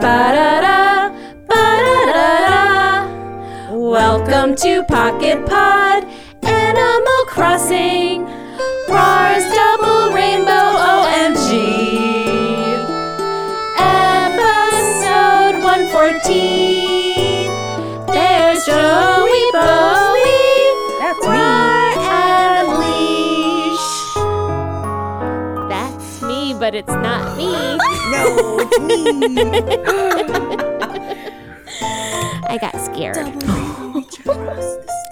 Ba-da-da, ba-da-da-da. Welcome to Pocket Pod, Animal Crossing. Rars double rainbow, OMG. Episode 114. There's Joey Bowie, That's Rar and Leash. That's me, but it's not me. No, it's me. I got scared.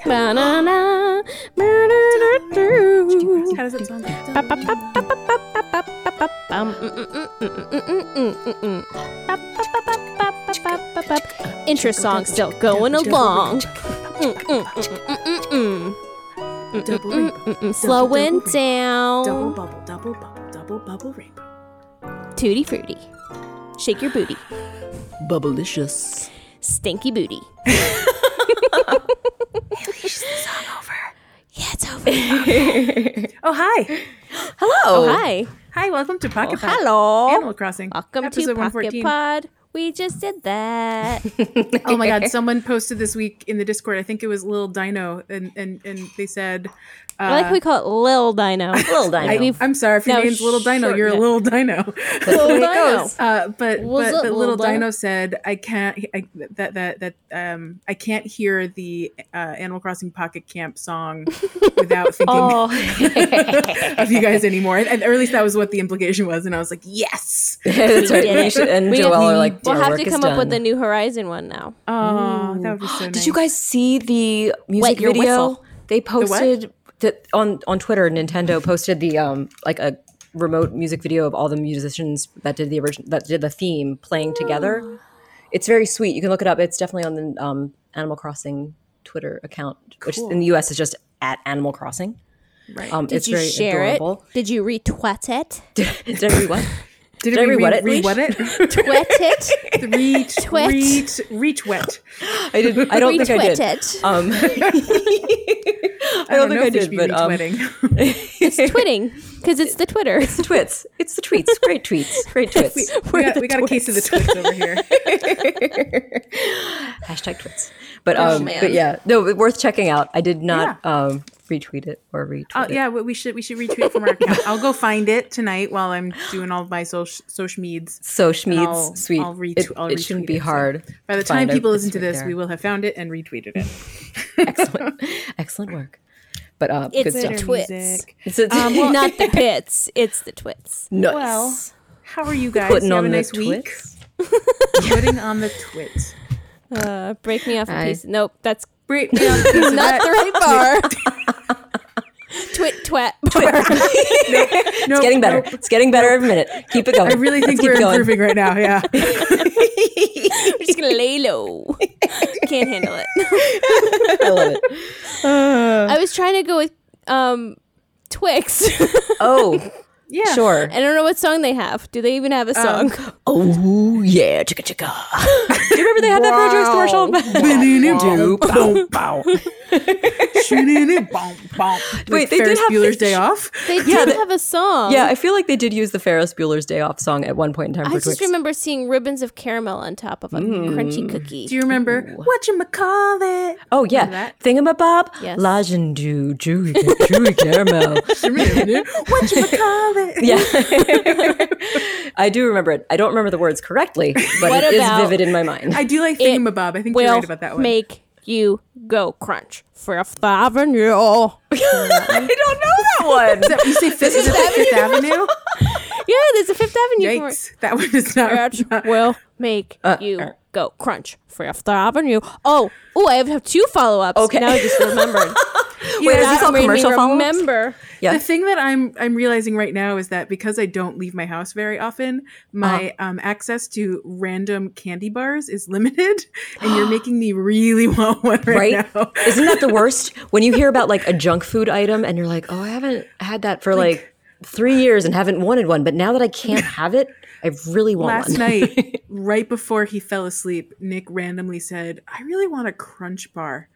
Ba-na-na, ba-da-da-doo. How does it sound? Intro song still going along. Double rainbow. Slowing Double down. bubble, double bubble, double bubble rainbow. Tootie fruity. Shake your booty. Bubblicious. Stinky booty. Yeah, it's over. Oh, hi. Hello. hi. Hi, welcome to Pocket Pod. Oh, Hello. Animal Crossing. Welcome to Episode Pocket 114. Pod. We just did that. Oh my god, someone posted this week in the Discord. I think it was Lil Dino and and and they said uh, I like we call it Lil Dino. Lil I, We've am sorry if your No, name's Little Dino, shorten you're a it. Little Dino. Lil way it Dino. Uh, but Was but, it but Lil little Dino? Dino said I can't I, that that that um I can't hear the uh, Animal Crossing Pocket Camp song without thinking Oh. of you guys anymore, and, and- or at least that was what the implication was. And I was like, yes, That's We right. did it. Nisha and We- Joel are like, we'll "Dear have work to is come up with a done." new Horizon one now. oh, that would be so nice. Did you guys see the music Wet your video? whistle. They posted that on on Twitter. Nintendo posted the um like a remote music video of all the musicians that did the original that did the theme playing together. It's very sweet. You can look it up. It's definitely on the um, Animal Crossing Twitter account, which in the US is just at Animal Crossing. Right. Um, Did it's you very share adorable. it? Did you retweet it? Did I read what? Did, Did I we re-wet it, re- Leash? re-wet it? Wet it? Reach, Twit. reach, reach, wet. I did. I don't think I retweet did. it. Um, I I don't, don't think know I if they should did, be but um, retweeting. It's twitting because it's the Twitter. It's the twits. It's the tweets. Great tweets. Great tweets. we got, we got a case of the twits over here. Hashtag twits. But Oh, um, but yeah, no, but worth checking out. I did not um retweet it or retweet. Oh it. yeah, we we should we should retweet from our account. I'll go find it tonight while I'm doing all of my social social meds. So Schmeeds, I'll- sweet. I'll retweet- it, I'll it shouldn't retweet be it, so hard. By the to find time out people it's listen to right this, there. we will have found it and retweeted it. excellent, excellent work. But uh, It's good the stuff. twits. music. It's a Not the pits. It's the twits. nuts. Um, Well, how are you guys? putting you have on a the nice week. twits. Putting on the twits. Uh, break me off a I- piece. Nope, that's Break me up, this is not that- the right bar. Twit twat. bar. Nope, It's getting better. nope. It's getting better every minute. Keep it going. I really think Let's keep we're going. improving right now. Yeah. We're just gonna lay low. Can't handle it. I love it. I was trying to go with um Twix. Oh, Yeah. sure. I don't know what song they have. Do they even have a song? Oh yeah, chicka chicka. Do you remember they had that Pro Drugs commercial? Bow, bow. Bow, bow. Like they did Ferris have Bueller's this- Day Off. They did have a song. Yeah, I feel like they did use the Ferris Bueller's Day Off song at one point in time for I just Twix. remember seeing ribbons of caramel on top of a crunchy cookie. Do you remember what you call it? oh yeah, that? Thingamabob, Yes. Lajendu, Chewy, Chewy Caramel. What you call it? Yeah, I do remember it. I don't remember the words correctly, but What it is about- vivid in my mind. I do like Thingamabob. I think will you're right about that one. make you go crunch for a Fifth Avenue. I don't know that one. Is that- you say Fifth, is it Fifth Avenue? yeah, there's a Fifth Avenue commercial. Yikes. That one is not. Crunch will make you go crunch for a Fifth Avenue. Oh, oh, I have to have two follow ups. Okay. now I just remembered. Wait, is this That all made me commercial follow-ups? Remember, Yeah. The thing that I'm I'm realizing right now is that because I don't leave my house very often, my um, access to random candy bars is limited, and you're making me really want one right, Right? now. Isn't that the worst? When you hear about like a junk food item and you're like, oh, I haven't had that for like, three years and haven't wanted one, but now that I can't have it, I really want Last one. night, right before he fell asleep, Nick randomly said, "I really want a Crunch bar."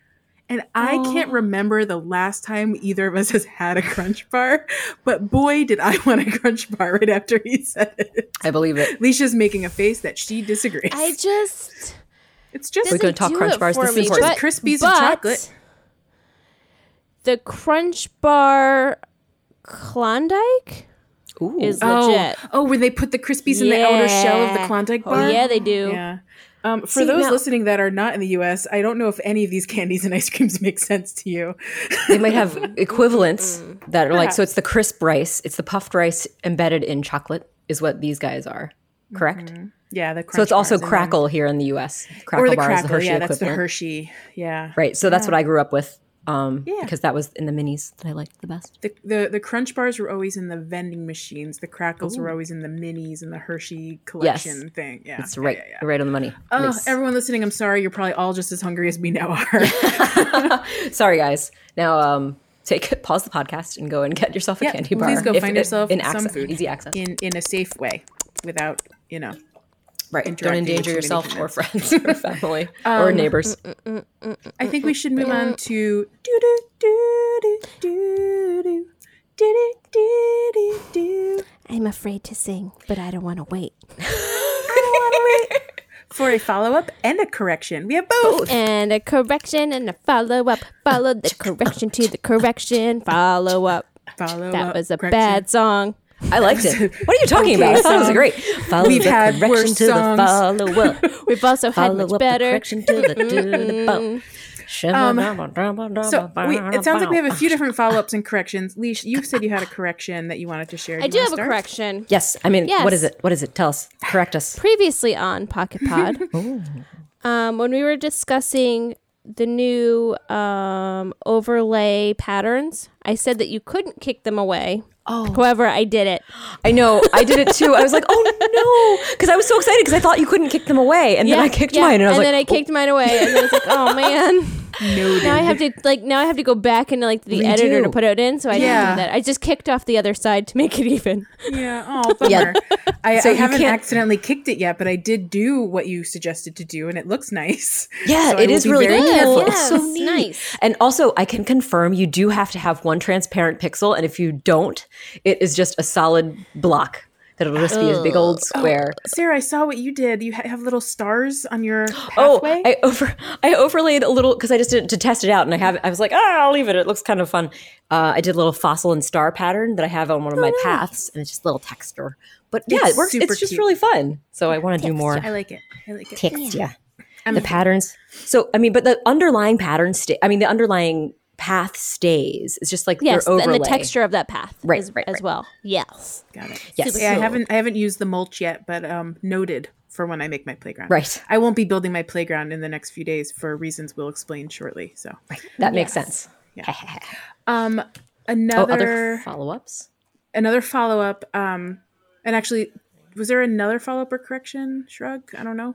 And I can't remember the last time either of us has had a crunch bar, but boy, did I want a crunch bar right after he said it. I believe it. Leisha's making a face that she disagrees. I just it's just We're doesn't gonna talk do Crunch it bars. for This is me, important. but- Crispies and but chocolate. The Crunch Bar Klondike Ooh. is oh, legit. oh, where they put the crispies in the outer shell of the Yeah. Klondike Oh, bar. yeah, they do. Yeah. Um, for See, those now- listening that are not in the U.S., I don't know if any of these candies and ice creams make sense to you. they might have equivalents Mm-hmm. that are like so it's the crisp rice, it's the puffed rice embedded in chocolate is what these guys are. Correct? Yeah, the crunch So it's bars also and then- crackle here in the US. Crackle or the bar is the crackle. Hershey Yeah, that's equivalent. the Hershey. Yeah, Right. So that's what I grew up with. Um Yeah. because that was in the minis that I liked the best. The, the the crunch bars were always in the vending machines. The crackles were always in the minis and the Hershey collection thing. Yeah, It's right Yeah, yeah, yeah. right on the money. Oh, Nice. everyone listening, I'm sorry. You're probably all just as hungry as we now are. Sorry guys. Now um take pause the podcast and go and get yourself a Yeah, candy bar. please go if- find yourself in some access, food. Easy access. in in a safe way, without you know. right. Don't interacting with endanger too many yourself or friends or family or Um, neighbors. I think we should move on to do do do do do do do do do do I'm afraid to sing, but I don't want to wait. for a follow up and a correction. We have both. And a correction and a follow up. Follow the correction to the correction. Follow up. Follow That up, was a correction. bad song. I liked it. What are you talking about? It sounds song. great. Follow We've the had correction worse to songs. the follow up. We've also had Follow much up the better. correction to the do the bo. So we, it sounds like we have a few different follow ups and corrections. Leash, you said you had a correction that you wanted to share. I do you wanna have a start? correction. Yes, I mean, what Yes. is it? What is it? Tell us. Correct us. Previously on Pocket Pod, Oh. um, when we were discussing the new um, overlay patterns, I said that you couldn't kick them away. Oh. However, I did it. I know. I did it too. I was like, oh no, because I was so excited because I thought you couldn't kick them away, and then I kicked yeah. mine, and I was then I like, kicked mine away, and then I was like, "Oh man!" Now I have to like now I have to go back into like the editor to Redo. put it in. So I didn't Yeah. do that. I just kicked off the other side to make it even. Yeah. Oh, bummer. I, um, So I you haven't can't- accidentally kicked it yet, but I did do what you suggested to do, and it looks nice. Yeah, So I it will is be really very cool. careful. It's so Yes, neat. nice. And also, I can confirm you do have to have one transparent pixel, and if you don't, it is just a solid block. That it'll just be a big Oh. old square. Sarah, I saw what you did. You ha- have little stars on your pathway. Oh, I over I overlaid a little because I just did it to test it out, and I have I was like, ah, I'll leave it. It looks kind of fun. Uh, I did a little fossil and star pattern that I have on one of my paths, and it's just a little texture. But yeah, Oh, It's it works. super It's just cute. really fun. So I want to do more I like it. I like it. texture. The patterns. So I mean, but the underlying pattern stay. I mean, the underlying path stays. It's just like Yes, their and overlay. the texture of that path, Right, as, right, as right. well. Yes, Got it. Yes. Yeah, I haven't. I haven't used the mulch yet, but um, noted for when I make my playground. Right. I won't be building my playground in the next few days for reasons we'll explain shortly. So, That makes sense. um, Oh, another other follow ups. another follow up. Um, and actually, was there another follow up or correction? Shrug. I don't know.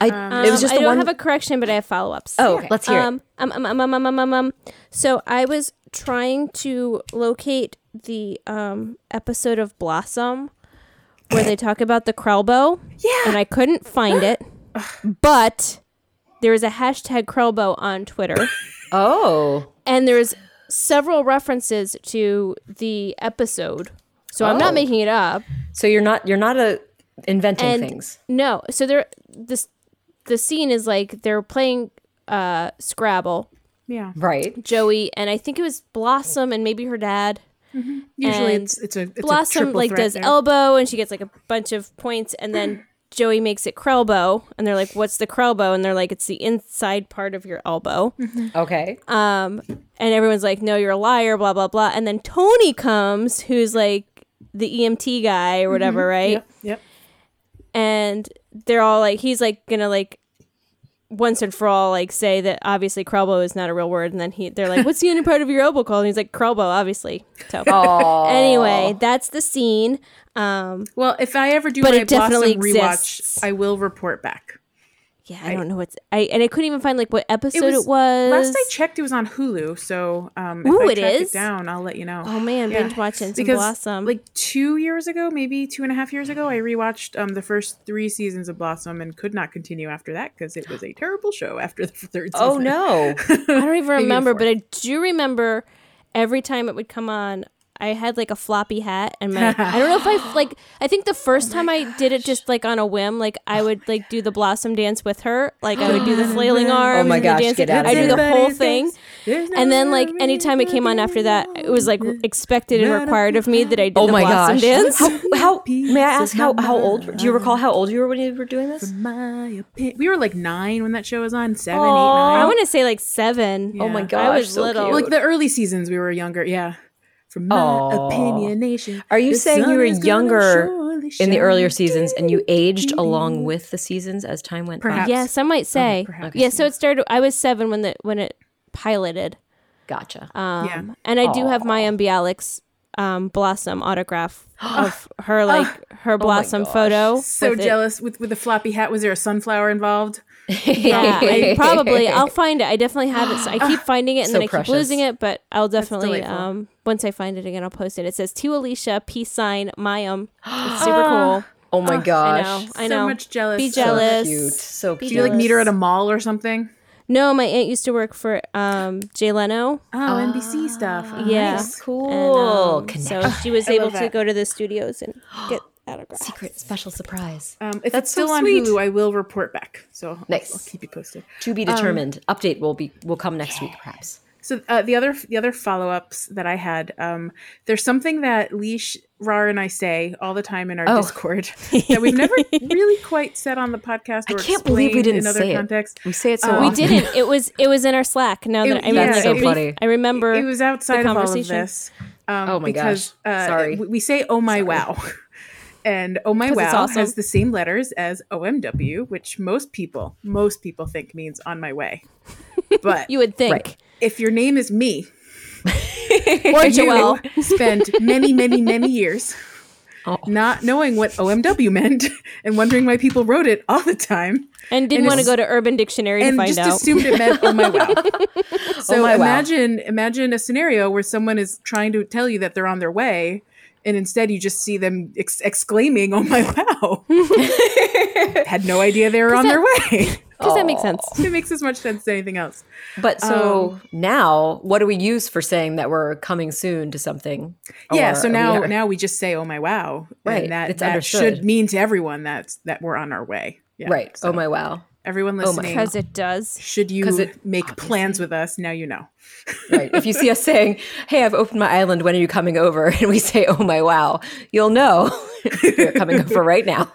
I it Um, was just I the don't one. have a correction, but I have follow ups. oh, okay. let's hear it. um, um, um, um, um, um, um, um, um. So I was trying to locate the um, episode of Blossom where they talk about the Krellbow. Yeah. And I couldn't find it. but there is a hashtag Krellbow on Twitter. Oh, and there's several references to the episode. So I'm Oh. not making it up. so you're not you're not a inventing And- things. No. So there this the scene is like they're playing uh Scrabble Yeah. Right. Joey, and I think it was Blossom and maybe her dad. Usually, And it's it's a it's a Blossom triple like threat does there. elbow, and she gets like a bunch of points, and then Joey makes it crellbow, and they're like, "What's the crellbow?" And they're like, "It's the inside part of your elbow." Okay. Um, and everyone's like, "No, you're a liar," blah blah blah. And then Tony comes, who's like the EMT guy or whatever, right? Yep. Yep. and they're all like he's like gonna like once and for all like say that obviously crowbo is not a real word and then he they're like what's the only part of your elbow called and he's like crowbo obviously so anyway that's the scene um Well, if I ever do But my it definitely Blossom rewatch, exists. I will report back. Yeah, I, don't know what's I and I couldn't even find like what episode it was. Last I checked, it was on Hulu. So um, if Ooh, I it track is? it down, I'll let you know. oh man, Yeah. binge watching some because Blossom. like two years ago, maybe two and a half years ago, I rewatched um, the first three seasons of Blossom and could not continue after that because it was a terrible show after the third season. Oh I no. don't even maybe the remember, but I do remember every time it would come on. I had like a floppy hat and my I don't know if I like I think the first Oh time I did it just like on a whim like I would like do the blossom dance with her like I would do the flailing arms Oh my and gosh, the dance get out of I do the Everybody whole thinks thing there's and then like never anytime it came on after that it was like expected and Not a required of me that I did Oh the my blossom gosh. dance How, how may I ask how, how old do you mind. recall how old you were when you were doing this? my opinion. We were like nine when that show was on. Seven, eight, nine. I want to say like 7 Oh my Yeah. gosh, I was so little. cute. like the early seasons we were younger yeah from my Aw. opinionation Are you the saying you sun were is gonna younger surely in the shine. earlier seasons and you aged along with the seasons as time went Perhaps. by? yeah some might say perhaps. yeah so it started I was 7 when the when it piloted Gotcha. Um, Yeah. And I Oh. do have Maya Bialik's um, Blossom autograph of Ah. her, like her Blossom gosh. photo. Oh so with it. jealous with with the floppy hat was there a sunflower involved Yeah, I probably. I'll find it. I definitely have it. So I keep finding it and So then I precious. keep losing it, but I'll definitely, delightful. um, once I find it again, I'll post it. It says to Alicia, peace sign, Mayam. It's super cool. oh my I gosh. know. I Ah. so know. much jealous Be So- jealous. Cute. So Be cute. do you like meet her at a mall or something No, my aunt used to work for um, Jay Leno. oh nbc stuff Ah, Oh, yeah. nice. Cool. And, um, Connect. so she was able love to that. go to the studios and get autographs. Secret special surprise. um, if That's it's still so on sweet. Hulu, I will report back. So I'll- Nice. I'll keep you posted. To be determined. Update will be will come next week, perhaps. So uh, the other the other follow ups that I had, um, there's something that Leash Rar and I say all the time in our Oh. Discord that we've never really quite said on the podcast. Or I can't believe we explained didn't in other say context. it. We say it so Um, We often. didn't. It was it was in our Slack. Now that It- I yeah, remember, That's so I re- funny. I remember It was outside the of all of conversation. this. Um, Oh my because, gosh. Sorry. We, we say "Oh my wow," and "Oh my 'Cause wow" it's awesome. has the same letters as OMW, which most people most people think means "on my way." But you would think. Right. if your name is me, Or you Joelle. spent many, many, many years Oh. not knowing what OMW meant and wondering why people wrote it all the time And didn't And want to go it's- to Urban Dictionary to and find just out. Oh, assumed it meant oh my wow. So my wow. imagine imagine a scenario where someone is trying to tell you that they're on their way and instead you just see them ex- exclaiming oh my wow. Had no idea they were on their way. Because that makes sense. it makes as much sense as anything else. But so Um, now, what do we use for saying that we're coming soon to something? yeah Or so now we are- now we just say oh my wow Right, and that, it's that understood. should mean to everyone that's that we're on our way yeah, right. so oh my wow. everyone my- listening Because it does. should you 'Cause it- make plans with us now you know Right. If you see us saying, "Hey, I've opened my island. When are you coming over?" and we say, "Oh my wow," you'll know we're coming over right now.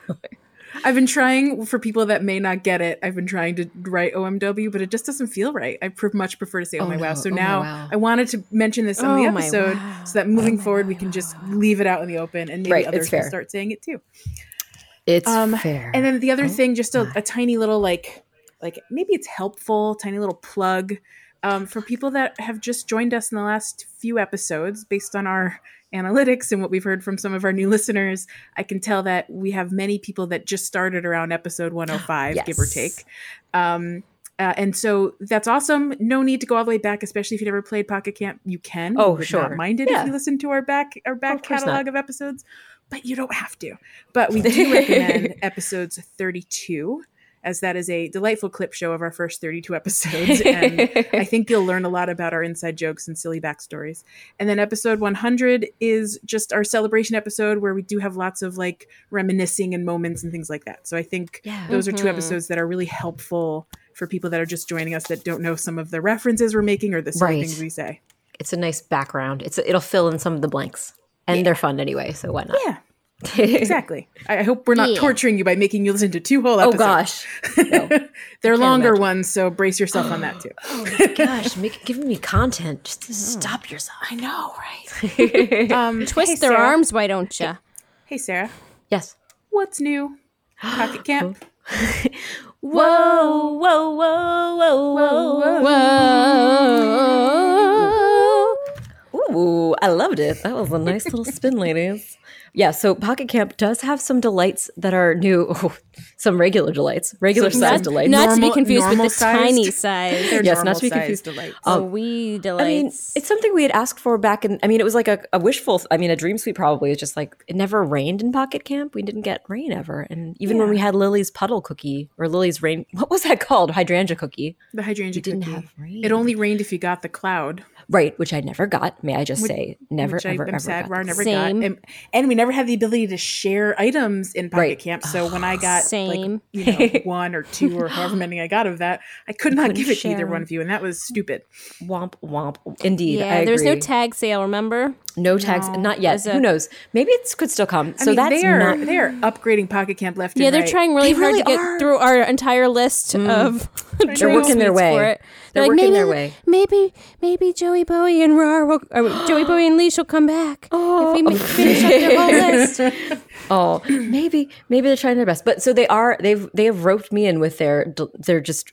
i've been trying for people that may not get it i've been trying to write omw but it just doesn't feel right i pr- much prefer to say oh, Oh my wow no, so oh my now wow. i wanted to mention this on Oh the my episode wow. so that moving forward we can just leave it out in the open and maybe Oh Right, it's others can fair. start saying it too It's Um, fair. And then the Oh other thing, just a, a tiny little like, like maybe it's helpful, tiny little plug um, for people that have just joined us in the last few episodes, based on our analytics and what we've heard from some of our new listeners. I can tell that we have many people that just started around episode 105, give or Yes. take. Um, uh, and so that's awesome. No need to go all the way back, especially if you never played Pocket Camp. You can. Oh, we would sure. Not mind it Yeah. if you listen to our back our back Of course catalog of episodes, but you don't have to. But we do recommend episodes 32, as that is a delightful clip show of our first 32 episodes. And I think you'll learn a lot about our inside jokes and silly backstories. And then episode 100 is just our celebration episode where we do have lots of like reminiscing and moments and things like that. So I think yeah. Mm-hmm. those are two Mhm. episodes that are really helpful for people that are just joining us that don't know some of the references we're making or the sort of Right. things we say. it's a nice background. It's it'll fill in some of the blanks, and they're fun anyway. So why not? Yeah, exactly. I I hope we're not Yeah. torturing you by making you listen to two whole oh episodes. gosh. No. They're longer imagine. ones, so brace yourself on that too. Oh my gosh, make, giving me content. Just stop yourself. I know, right? Um, Twist hey, their Sarah. arms, why don't you? Hey, Sarah. yes. What's new? Pocket camp. Whoa, whoa, whoa, whoa, Whoa. Ooh, I I loved it. That was a nice little spin, ladies. Yeah, so Pocket Camp does have some delights that are new. Oh, some regular delights, regular Some- size some delights. Not to be Normal- confused with the normal-sized? tiny size. They're Yes, not to be normal-sized confused. delights. oh, we delights. I mean, it's something we had asked for back in. I mean, it was like a, a wishful. I mean, a dream suite probably. It's just like it never rained in Pocket Camp. We didn't get rain ever, and even when we had Lily's puddle cookie or Lily's rain, what was that called? Hydrangea cookie, the hydrangea didn't cookie. have rain. It only rained if you got the cloud, right? Which I never got. May I just say, never which I, ever am ever sad got Rar that. never Same. got. And, and we never had the ability to share items in Pocket Right. Ah, Camp. So when I got Same. like you know one or two or however many I got of that, I could not give it to either share one of you, and that was stupid. Womp womp. Indeed, yeah, I there's no agree. tag sale, remember? No tags, not yet. a- Who knows? Maybe it could still come. I so mean, that's they are not. they are upgrading Pocket Camp left Yeah, and they're right. trying really, They hard to really get are. through our entire list of Mm. They're working their way. For it. They're like, working maybe, their way. Maybe, maybe Joey Bowie and Rar will, or Joey Bowie and Leash will come back oh. if we ma- finish up the whole list. Oh, maybe maybe they're trying their best. But so they are. They've they have roped me in with their their just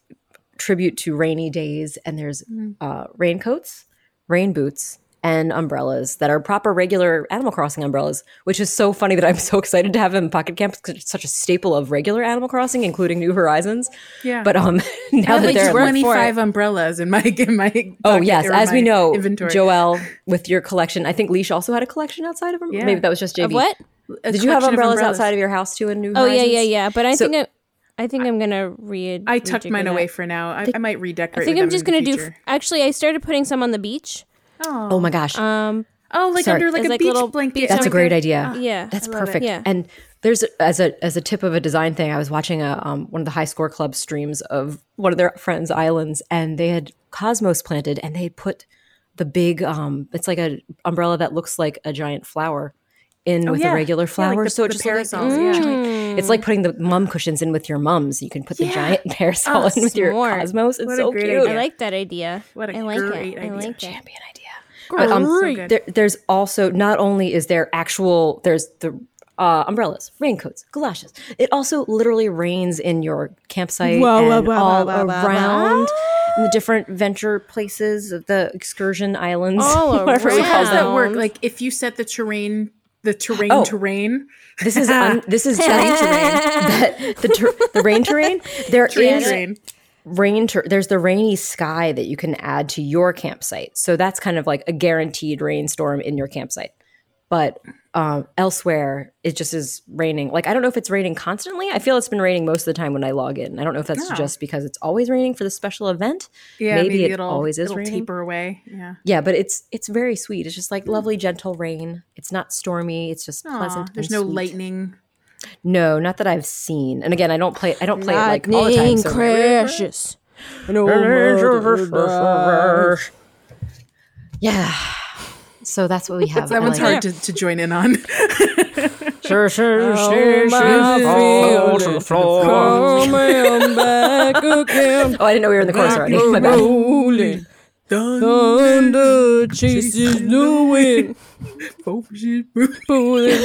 tribute to rainy days. And there's Mm-hmm. uh, raincoats, rain boots, and umbrellas that are proper regular Animal Crossing umbrellas. Which is so funny that I'm so excited to have them in Pocket Camp because it's such a staple of regular Animal Crossing, including New Horizons. Yeah. But um, now that like they're twenty five umbrellas in my in my. Oh pocket yes, or as we my know, inventory. Joelle, with your collection, I think Leash also had a collection outside of him. Yeah. Maybe that was just JV. Of what? A Did you have collection of umbrellas, outside of your house too in New Oh yeah, Horizons? yeah, yeah. But I So- think I, I think I'm gonna read. I tucked mine away for now. I, I might redecorate. I think I'm just gonna do. Future. Actually, I started putting some on the beach. Oh my gosh, Um, Oh, like Sorry. under like As, a like, beach little blanket. beach that's a something- great idea. yeah, that's I love it. perfect. Yeah. And there's as a as a tip of a design thing, I was watching a um, one of the high score club streams of one of their friends' islands, and they had cosmos planted, and they had put the big um, it's like a umbrella that looks like a giant flower. In with Oh, yeah. a regular Yeah, like flower, the- so it the just looked like, parasols, yeah. Mm. giant- it's like putting the mum cushions in with your mums. You can put the giant parasol in with your smart. cosmos. It's Oh, What a so great cute. idea. I like that idea. What a I like great it. idea. I like it. champion idea. But um, there, there's also not only is there actual there's the uh, umbrellas, raincoats, galoshes. It also literally rains in your campsite and all around in the different venture places, the excursion islands, All whatever we So how call does that them. around. work? Like if you set the terrain, the terrain Oh. terrain. This is un- this is terrain terrain. the, ter- the rain terrain. There is Terrain, terrain. rain ter- there's the rainy sky that you can add to your campsite so that's kind of like a guaranteed rainstorm in your campsite but um, elsewhere it just is raining like i don't know if it's raining constantly i feel it's been raining most of the time when i log in i don't know if that's just because it's always raining for the special event Yeah, maybe, it it'll always is it'll raining taper away. Yeah. yeah but it's it's very sweet it's just like lovely gentle rain it's not stormy it's just Aw, pleasant there's and no sweet. lightning. no not that i've seen and again i don't play i don't play it like all the time so crashes. Yeah. So that's what we have. That one's hard to, to join in on. Sure, sure, Oh, I didn't know we were in the chorus already. My bad. Rolling Oh, Thunder chases the wind, center pulling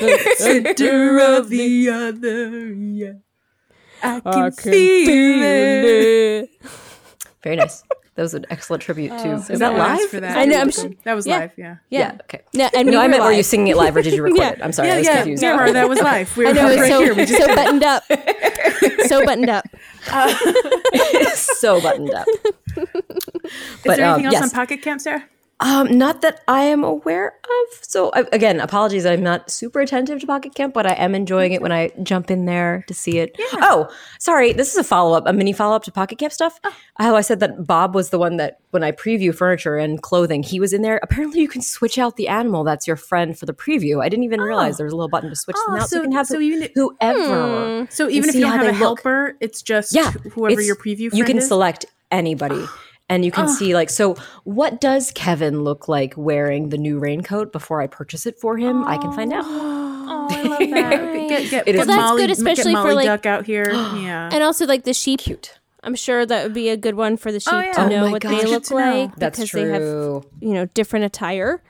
the center of the other. Yeah. I can, feel, it. Very nice. That was an excellent tribute to. is that Someone asked live? For that. Is that I know, I'm recorded? sure- That was yeah. live. Oh, Yeah. Yeah. Okay. No, and we No, I were meant were you live. singing it live or did you record it? I'm sorry, I was yeah, confused. yeah, Mara, that was live. We were I know, right it's so, here. We just so buttoned up. So buttoned up. so buttoned up. Is But, there um, anything else yes. on Pocket Camp, Sarah? Um, not that I am aware of. So I- again, apologies. I'm not super attentive to Pocket Camp, but I am enjoying it when I jump in there to see it. Oh, sorry. This is a follow up, a mini follow up to Pocket Camp stuff. Oh. How I said that Bob was the one that when I preview furniture and clothing, he was in there. Apparently, you can switch out the animal that's your friend for the preview. I didn't even realize there was a little button to switch Oh, them out. so- So, you can have so even if- Hmm. whoever. So and even if see you don't how have a they look. helper, it's just Yeah, whoever it's- your preview friend You can is. Ah. select anybody, and you can see like so. What does Kevin look like wearing the new raincoat before I purchase it for him? I can find out. Oh, I love that. get get, It get that's is Molly, good, especially for, get Molly like- Duck out here. yeah. And also, like the sheep. Cute. I'm sure that would be a good one for the sheep yeah. to Oh know my what gosh. they Good look to know. like That's because true. they have, you know, different attire.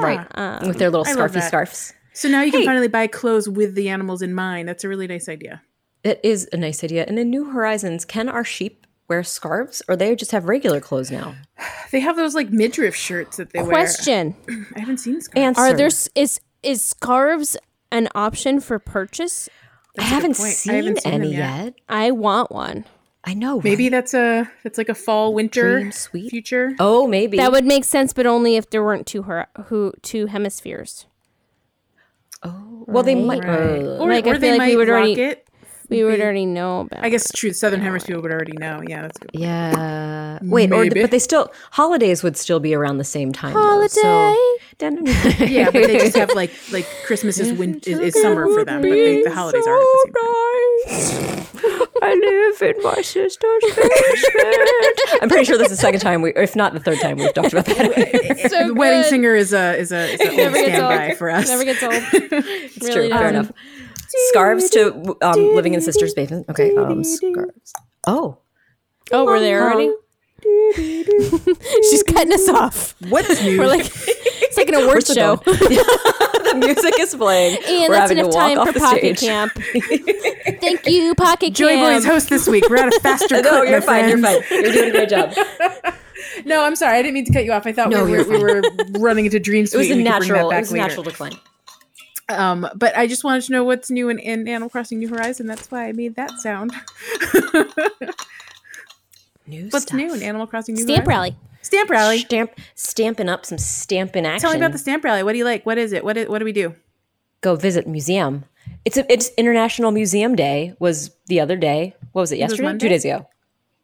Right. With their little Um, I love scarfy that. scarfs. so now you can finally buy clothes with the animals in mind. That's a really nice idea. It is a nice idea. And in New Horizons, can our sheep wear scarves or they just have regular clothes now? They have those like midriff shirts that they Question: wear. I haven't seen scarves. Answer. Are there s- is is scarves an option for purchase? I a good haven't, point. I seen haven't seen any them yet. yet. I want one. I know. right? Maybe that's a that's like a fall winter Dream suite. future. Oh, maybe. That would make sense, but only if there weren't two her- who two hemispheres. oh, well, they might. uh, Or, Like, I or feel they like we might would rock already- it. We would already know about. I guess true. The Southern Hemisphere would already know. Yeah, that's good. yeah. Wait, or, Maybe. but they still holidays would still be around the same time. Holiday. Though, so, Yeah, but they just have like like Christmas is winter is, is summer for them, but they, the holidays aren't at the same time. I live in my sister's I'm pretty sure this is the second time we, or if not the third time, we've talked about that. So the wedding good. singer is a is a, is a old Never gets standby old. for us. Never gets old. um, It's true. Fair enough. Scarves to um, living in sister's basement. Okay. Um, scarves. Oh, Oh, we're there already. She's cutting us off. What's new? We're like, it's like an we're award still show. going. the music is playing. And we're that's having to enough walk time off for the Pocket stage. Camp. Thank you, Pocket Joy Camp. Boys host this week. We're at a faster clip. No, my you're fine. You're friends. fine. You're doing a great job. No, I'm sorry. I didn't mean to cut you off. I thought No, we, you're were, we were running into dreams. It was a natural. It was a natural decline. Um, but I just wanted to know what's new in, in Animal Crossing New Horizon. That's why I made that sound. New what's stuff. new in Animal Crossing New Stamp Horizon? rally. Stamp rally. Stamp, stamping up some stamping action. Tell me about the stamp rally. What do you like? What is it? What, is, what do we do? Go visit museum. It's a, it's International Museum Day. Was the other day? What was it? was Yesterday? Monday? Two days ago?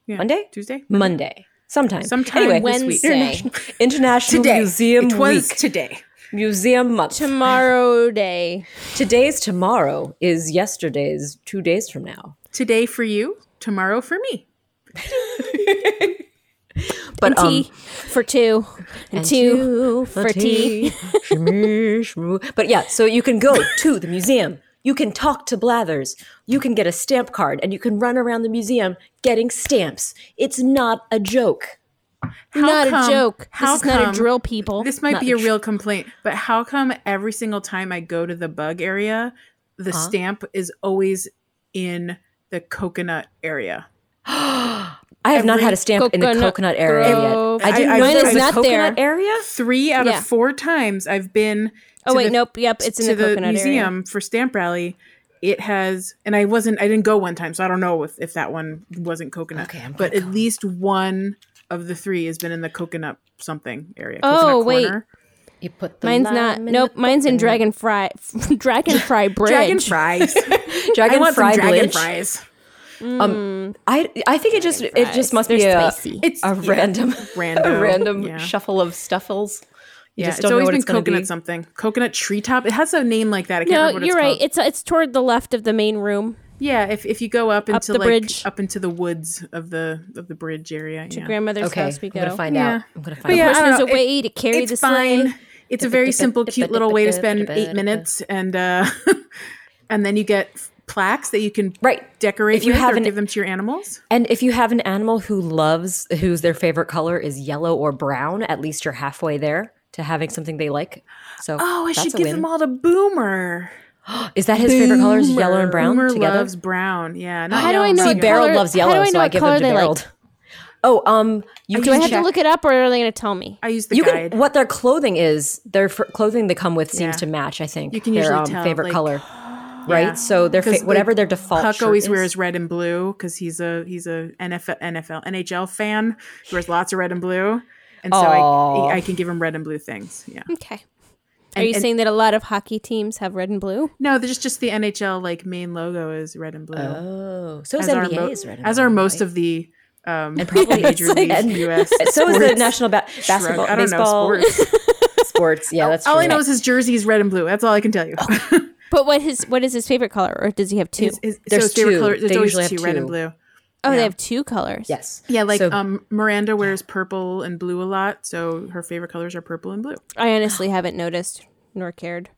Yeah. Monday? Tuesday? Monday? Sometime. Sometime Anyway, this week. Wednesday, International Today. Museum it was Week. today. Museum Month. tomorrow day. Today's tomorrow is yesterday's two days from now. Today for you, tomorrow for me. But um, Tea for two. And, two, for tea. Shmoo, shmoo. but yeah, so you can go to the museum. You can talk to Blathers. You can get a stamp card and you can run around the museum getting stamps. It's not a joke. How Not come- a joke. how this is not come- a drill, people. This might Not be a the real complaint, but how come every single time I go to the bug area, the stamp is always in the coconut area? I have not Every had a stamp in the coconut coconut area grove. yet. I didn't I- I- know Mine there is was a not coconut there. area. Three out Yeah. of four times I've been. oh to wait, the- nope. Yep, it's in to the, the, coconut museum area. for stamp rally. It has, and I wasn't, I didn't go one time, so I don't know if, if that one wasn't coconut. Okay, I'm but at least one of the three has been in the coconut something area. Oh, coconut wait. corner. You put the Mine's not. Nope, mine's in Dragon Fry. Dragon Fry Bridge. Dragon fries. I Dragon want fry some dragon glitch. fries. Um, I I think it just it just must They're be a, spicy. It's a yeah, random random, a random yeah. shuffle of stuffles. You Yeah, just it's don't know always what been it's going to coconut be. something. Coconut treetop. It has a name like that. I can't no, remember what you're it's right. called. It's it's toward the left of the main room. yeah, if, if you go up, into the like bridge. up into the woods of the of the bridge area. Yeah. Grandmother's Okay, house. We I'm go. gonna find Yeah. out. I'm gonna But find yeah, out. I Of don't course, know. there's a way to carry it's the sleigh. fine. It's a very simple, cute little way to spend eight minutes, and uh, and then you get plaques that you can Right. decorate. If you with have or an- give them to your animals. And if you have an animal who loves, whose their favorite color is yellow or brown, at least you're halfway there to having something they like. So Oh, I that's should a give win. them all to Boomer. Is that his favorite color? Is yellow and brown Boomer together? loves brown. Yeah. not How do I know yellow, not what brown. color- Barreled loves how do yellow, I so know I what give them color to they Barreled. Oh, um, you Do I can have check. to look it up, or are they going to tell me? I use the you guide. can what their clothing is. Their f- clothing they come with seems Yeah. to match. I think You can their usually um, tell, favorite like- color, right? So their fa- 'Cause, whatever like, their default. Puck shirt always is. wears red and blue because he's a he's a NFL NFL NHL fan. He wears lots of red and blue, and so Aw. I, I can give him red and blue things. Yeah. Okay. Are you saying that a lot of hockey teams have red and blue? No, there's just the NHL like main logo is red and blue. Oh, so is as our NBA mo- is red. and as are blue, most right? of the um, and probably major it's like- league and- U.S. So is the sports national ba- shrug. basketball, I don't baseball, know sports. sports. Yeah, that's all true. I know is his jersey is red and blue. That's all I can tell you. But what his what is his favorite color, or does he have two? His- his- so There's his favorite two. color- there's They always usually have two, red and two. blue. oh, they yeah. have two colors. yes. Yeah, like So- um, Miranda wears purple and blue a lot, so her favorite colors are purple and blue. I honestly haven't noticed nor cared.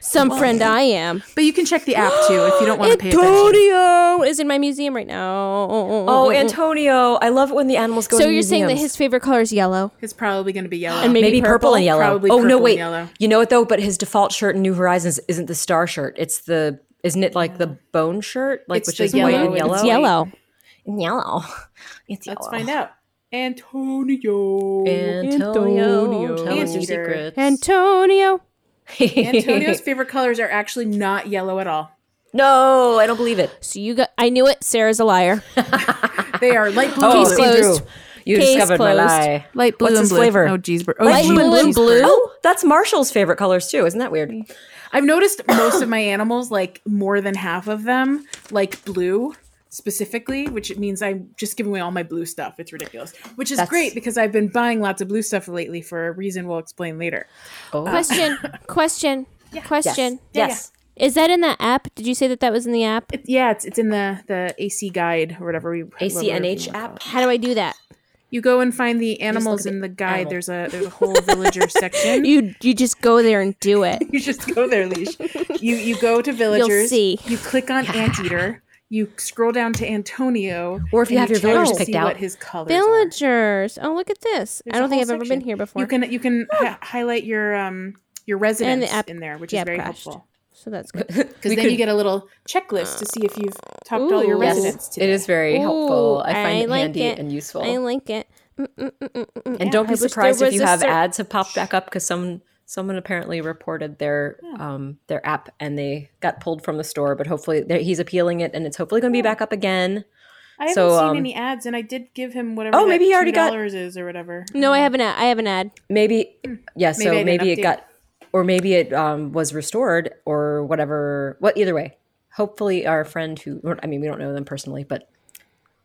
Some friend I am. But you can check the app too if you don't want to pay attention. Antonio is in my museum right now. Oh, Antonio! I love it when the animals go. so to you're saying that museums. his favorite color is yellow? It's probably going to be yellow. And maybe maybe purple, purple? and yellow? Probably oh purple no, and wait. yellow. You know what though? But his default shirt in New Horizons isn't the star shirt. It's the isn't it like the bone shirt, like It's which the is white Oh, yellow and and yellow. It's yellow. yellow. It's Let's yellow. find out. Antonio. Antonio, tell us Answer. your secrets. Antonio. Antonio's favorite colors are actually not yellow at all. no, I don't believe it. So you got. I knew it. Sarah's a liar. They are light blue. Case and closed. see-through. Oh, You Case discovered closed. my lie. Light blue What's and its blue. flavor? Oh, cheeseburger. Oh, Light gee, blue and blue. cheeseburger. Oh, that's Marshall's favorite colors too. Isn't that weird? I've noticed most of my animals, like more than half of them, like blue specifically, which means I'm just giving away all my blue stuff. It's ridiculous, which is That's- great because I've been buying lots of blue stuff lately for a reason we'll explain later. Oh. Question. Question. Question. Yeah, yes. Is that in the app? Did you say that that was in the app? It- yeah, it's, it's in the, the AC guide or whatever we whatever ACNH you want. app. How do I do that? You go and find the animals at in the the guide. animal. There's a there's a whole villager section. You you just go there and do it. you just go there, leash. You you go to villagers. see. You click on anteater. You scroll down to Antonio. Or if you and have your villagers check to picked see what out. his colors. are. Villagers. Oh, look at this. I don't think I've There's a whole ever section. been here before. You can you can hi- highlight your um your residence app- in there, which yeah, is very crashed. helpful. so that's good. Because then you get a little checklist to see if you've topped all your Ooh. Yes. residents. Uh, It today. is very helpful. I find I it like handy it. and useful. I like it. and don't be wish there surprised if was you a have cer- ads have popped back up because some someone apparently reported their um, their app and they got pulled from the store. But hopefully they're- he's appealing it and it's hopefully going to be back up again. I haven't so, seen um, any ads, and I did give him whatever. Oh, that maybe he already got- $2 is or whatever. No, I have an ad. I have an ad. Maybe Hmm. Maybe yeah. I so didn't maybe it update. got or maybe it um, was restored or whatever. What either way, hopefully our friend who or, I mean we don't know them personally, but.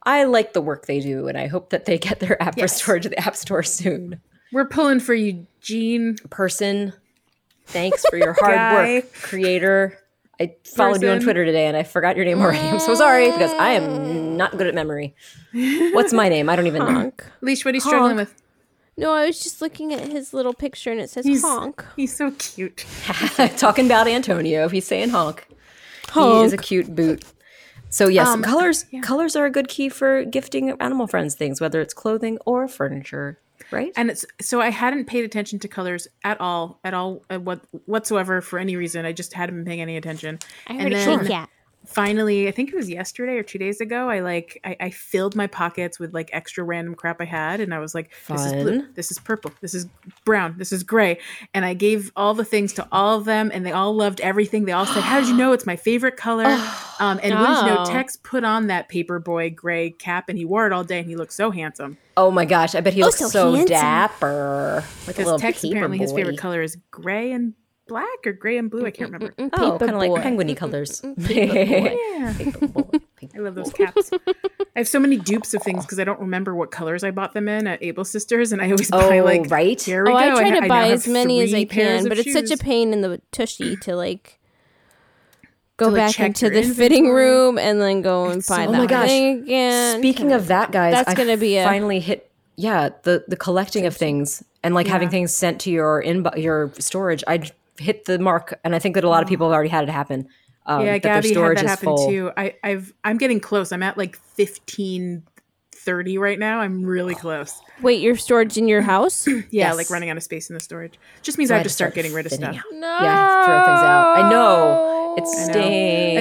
I like the work they do, and I hope that they get their app restored to the App Store soon. We're pulling for you, Gene. person. Thanks for your hard Guy. work, creator. I followed you on Person. Ah. Twitter today and I forgot your name already. I'm so sorry because I am not good at memory. What's my name? I don't even know. Leash, what are you struggling with? No, I was just looking at his little picture and it says honk. He's so cute. Talking about Antonio, he's saying honk. He is a cute boot. So yes, Um, colors colors are a good key for gifting animal friends things, whether it's clothing or furniture, right? And it's so I hadn't paid attention to colors at all, at all, uh, what whatsoever for any reason. I just hadn't been paying any attention. I And heard a then- kitty cat. finally i think it was yesterday or two days ago i like i, I filled my pockets with like extra random crap i had and i was like this is blue Fun. this is purple this is brown this is gray and i gave all the things to all of them and they all loved everything they all said how did you know it's my favorite color um, and wouldn't you know Oh. tex put on that paper boy gray cap and he wore it all day and he looked so handsome oh my gosh, I bet he looks so so, handsome. dapper. Like a little because tex paper apparently his boy. favorite color is gray and black or gray and blue i can't remember Oh, Paper kind of like boy. penguiny colors. yeah Paper boy. I love Oh. those caps. I have so many dupes of things because I don't remember what colors I bought them in at Able Sisters, and I always buy Oh, like right. Here we Oh, go. I try ha- to now buy have as many as three I pairs can, of but it's such a shoes. pain in the tushy to like go To, like, back check into your the fitting inventory. room and then go and It's so find Oh that my gosh. thing again. Speaking of that, guys, That's I gonna be a- finally hit. Yeah, the the collecting of things and like having things sent to your inbox, your storage. I hit the mark, and I think that a lot of people have already had it happen. Um, Yeah, that their Gabby had storage that is happen full. too. I, I've I'm getting close. I'm at like fifteen thirty right now. I'm really close. Wait, your storage in your house? no. Yeah, Yes. like running out of space in the storage. Just means So I I have to had to start start getting rid of thinning stuff. out. Yeah, throw things out. I know it stinks,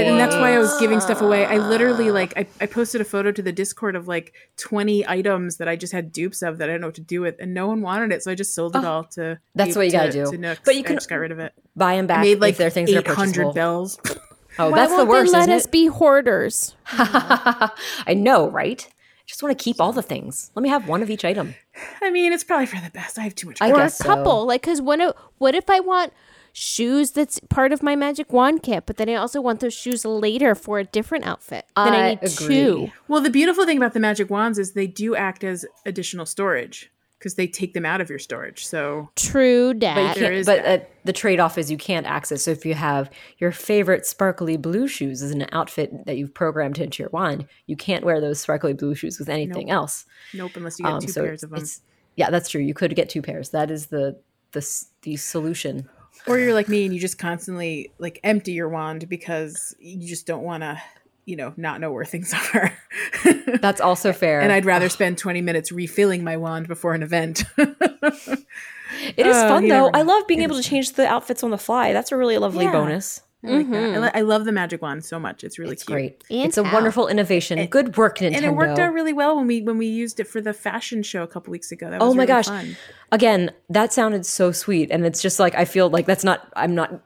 And that's why I was giving stuff away. I literally like I, I posted a photo to the Discord of like 20 items that I just had dupes of that I didn't know what to do with, and no one wanted it, so I just sold it all to. Oh, That's what you gotta to- do. To Nooks, But you and I can- just got rid of it. buy them back. I made like if they're things that are 800 purchasable. bells. Oh, Why that's won't the worst. they let isn't us it? be hoarders? I know, right? I just want to keep all the things. Let me have one of each item. I mean, it's probably for the best. I have too much. I crap. or a guess so. couple. Like 'cause Like, cause what if, what if I want shoes that's part of my magic wand kit, but then I also want those shoes later for a different outfit? Then I, I need agree. two. Well, the beautiful thing about the magic wands is they do act as additional storage because they take them out of your storage. So True But, dad. you There can't, is but uh, the trade-off is you can't access. So if you have your favorite sparkly blue shoes as an outfit that you've programmed into your wand, you can't wear those sparkly blue shoes with anything else. nope, unless you get two Um, so pairs of them, it's- yeah, that's true. You could get two pairs. That is the the s- the solution. or you're like me and you just constantly like empty your wand because you just don't want to, you know, not know where things are. That's also fair. and I'd rather spend 20 minutes refilling my wand before an event. It is Oh, fun you though. uh, never I love being able to change the outfits on the fly. That's a really lovely Yeah. bonus. I, like that. I, lo- I love the magic wand so much. It's really Mm-hmm. It's cute. great. And it's a how. wonderful innovation. Good work, Nintendo. And it worked out really well when we when we used it for the fashion show a couple weeks ago. That was oh my really gosh. fun. Again, that sounded so sweet. And it's just like I feel like that's not I'm not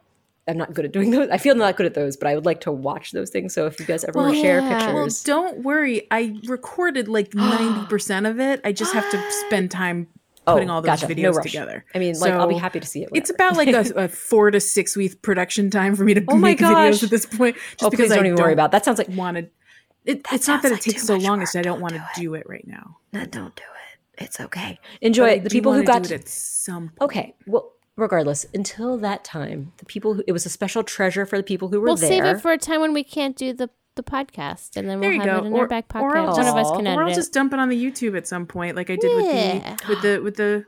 I'm not good at doing those. I feel not good at those, but I would like to watch those things. So if you guys ever want to share yeah. Well, pictures. don't worry. I recorded like ninety percent of it. I just have to spend time putting all those Oh, gotcha. No videos rush. together. I mean, like, I'll be So happy to see it. It's about like a, a four to six week production time for me to Oh my make gosh. videos at this point. Just oh, please because don't I even worry about. That sounds like Want to? It, it's not that it sounds like takes too so much long. work. It's that I don't want to do it right now. no, don't do it. It's okay. Enjoy But I it. The do people who wanna got do to it at some point. Okay. Well, regardless, until that time, the people who it was a special treasure for the people who were We'll there. save it for a time when we can't do the, the podcast, and then There we'll you have go. it in Or- our back or pocket. I'll One of us just- can Or edit I'll it. just dump it on the YouTube at some point, like I did Yeah. Mm. with the with the with the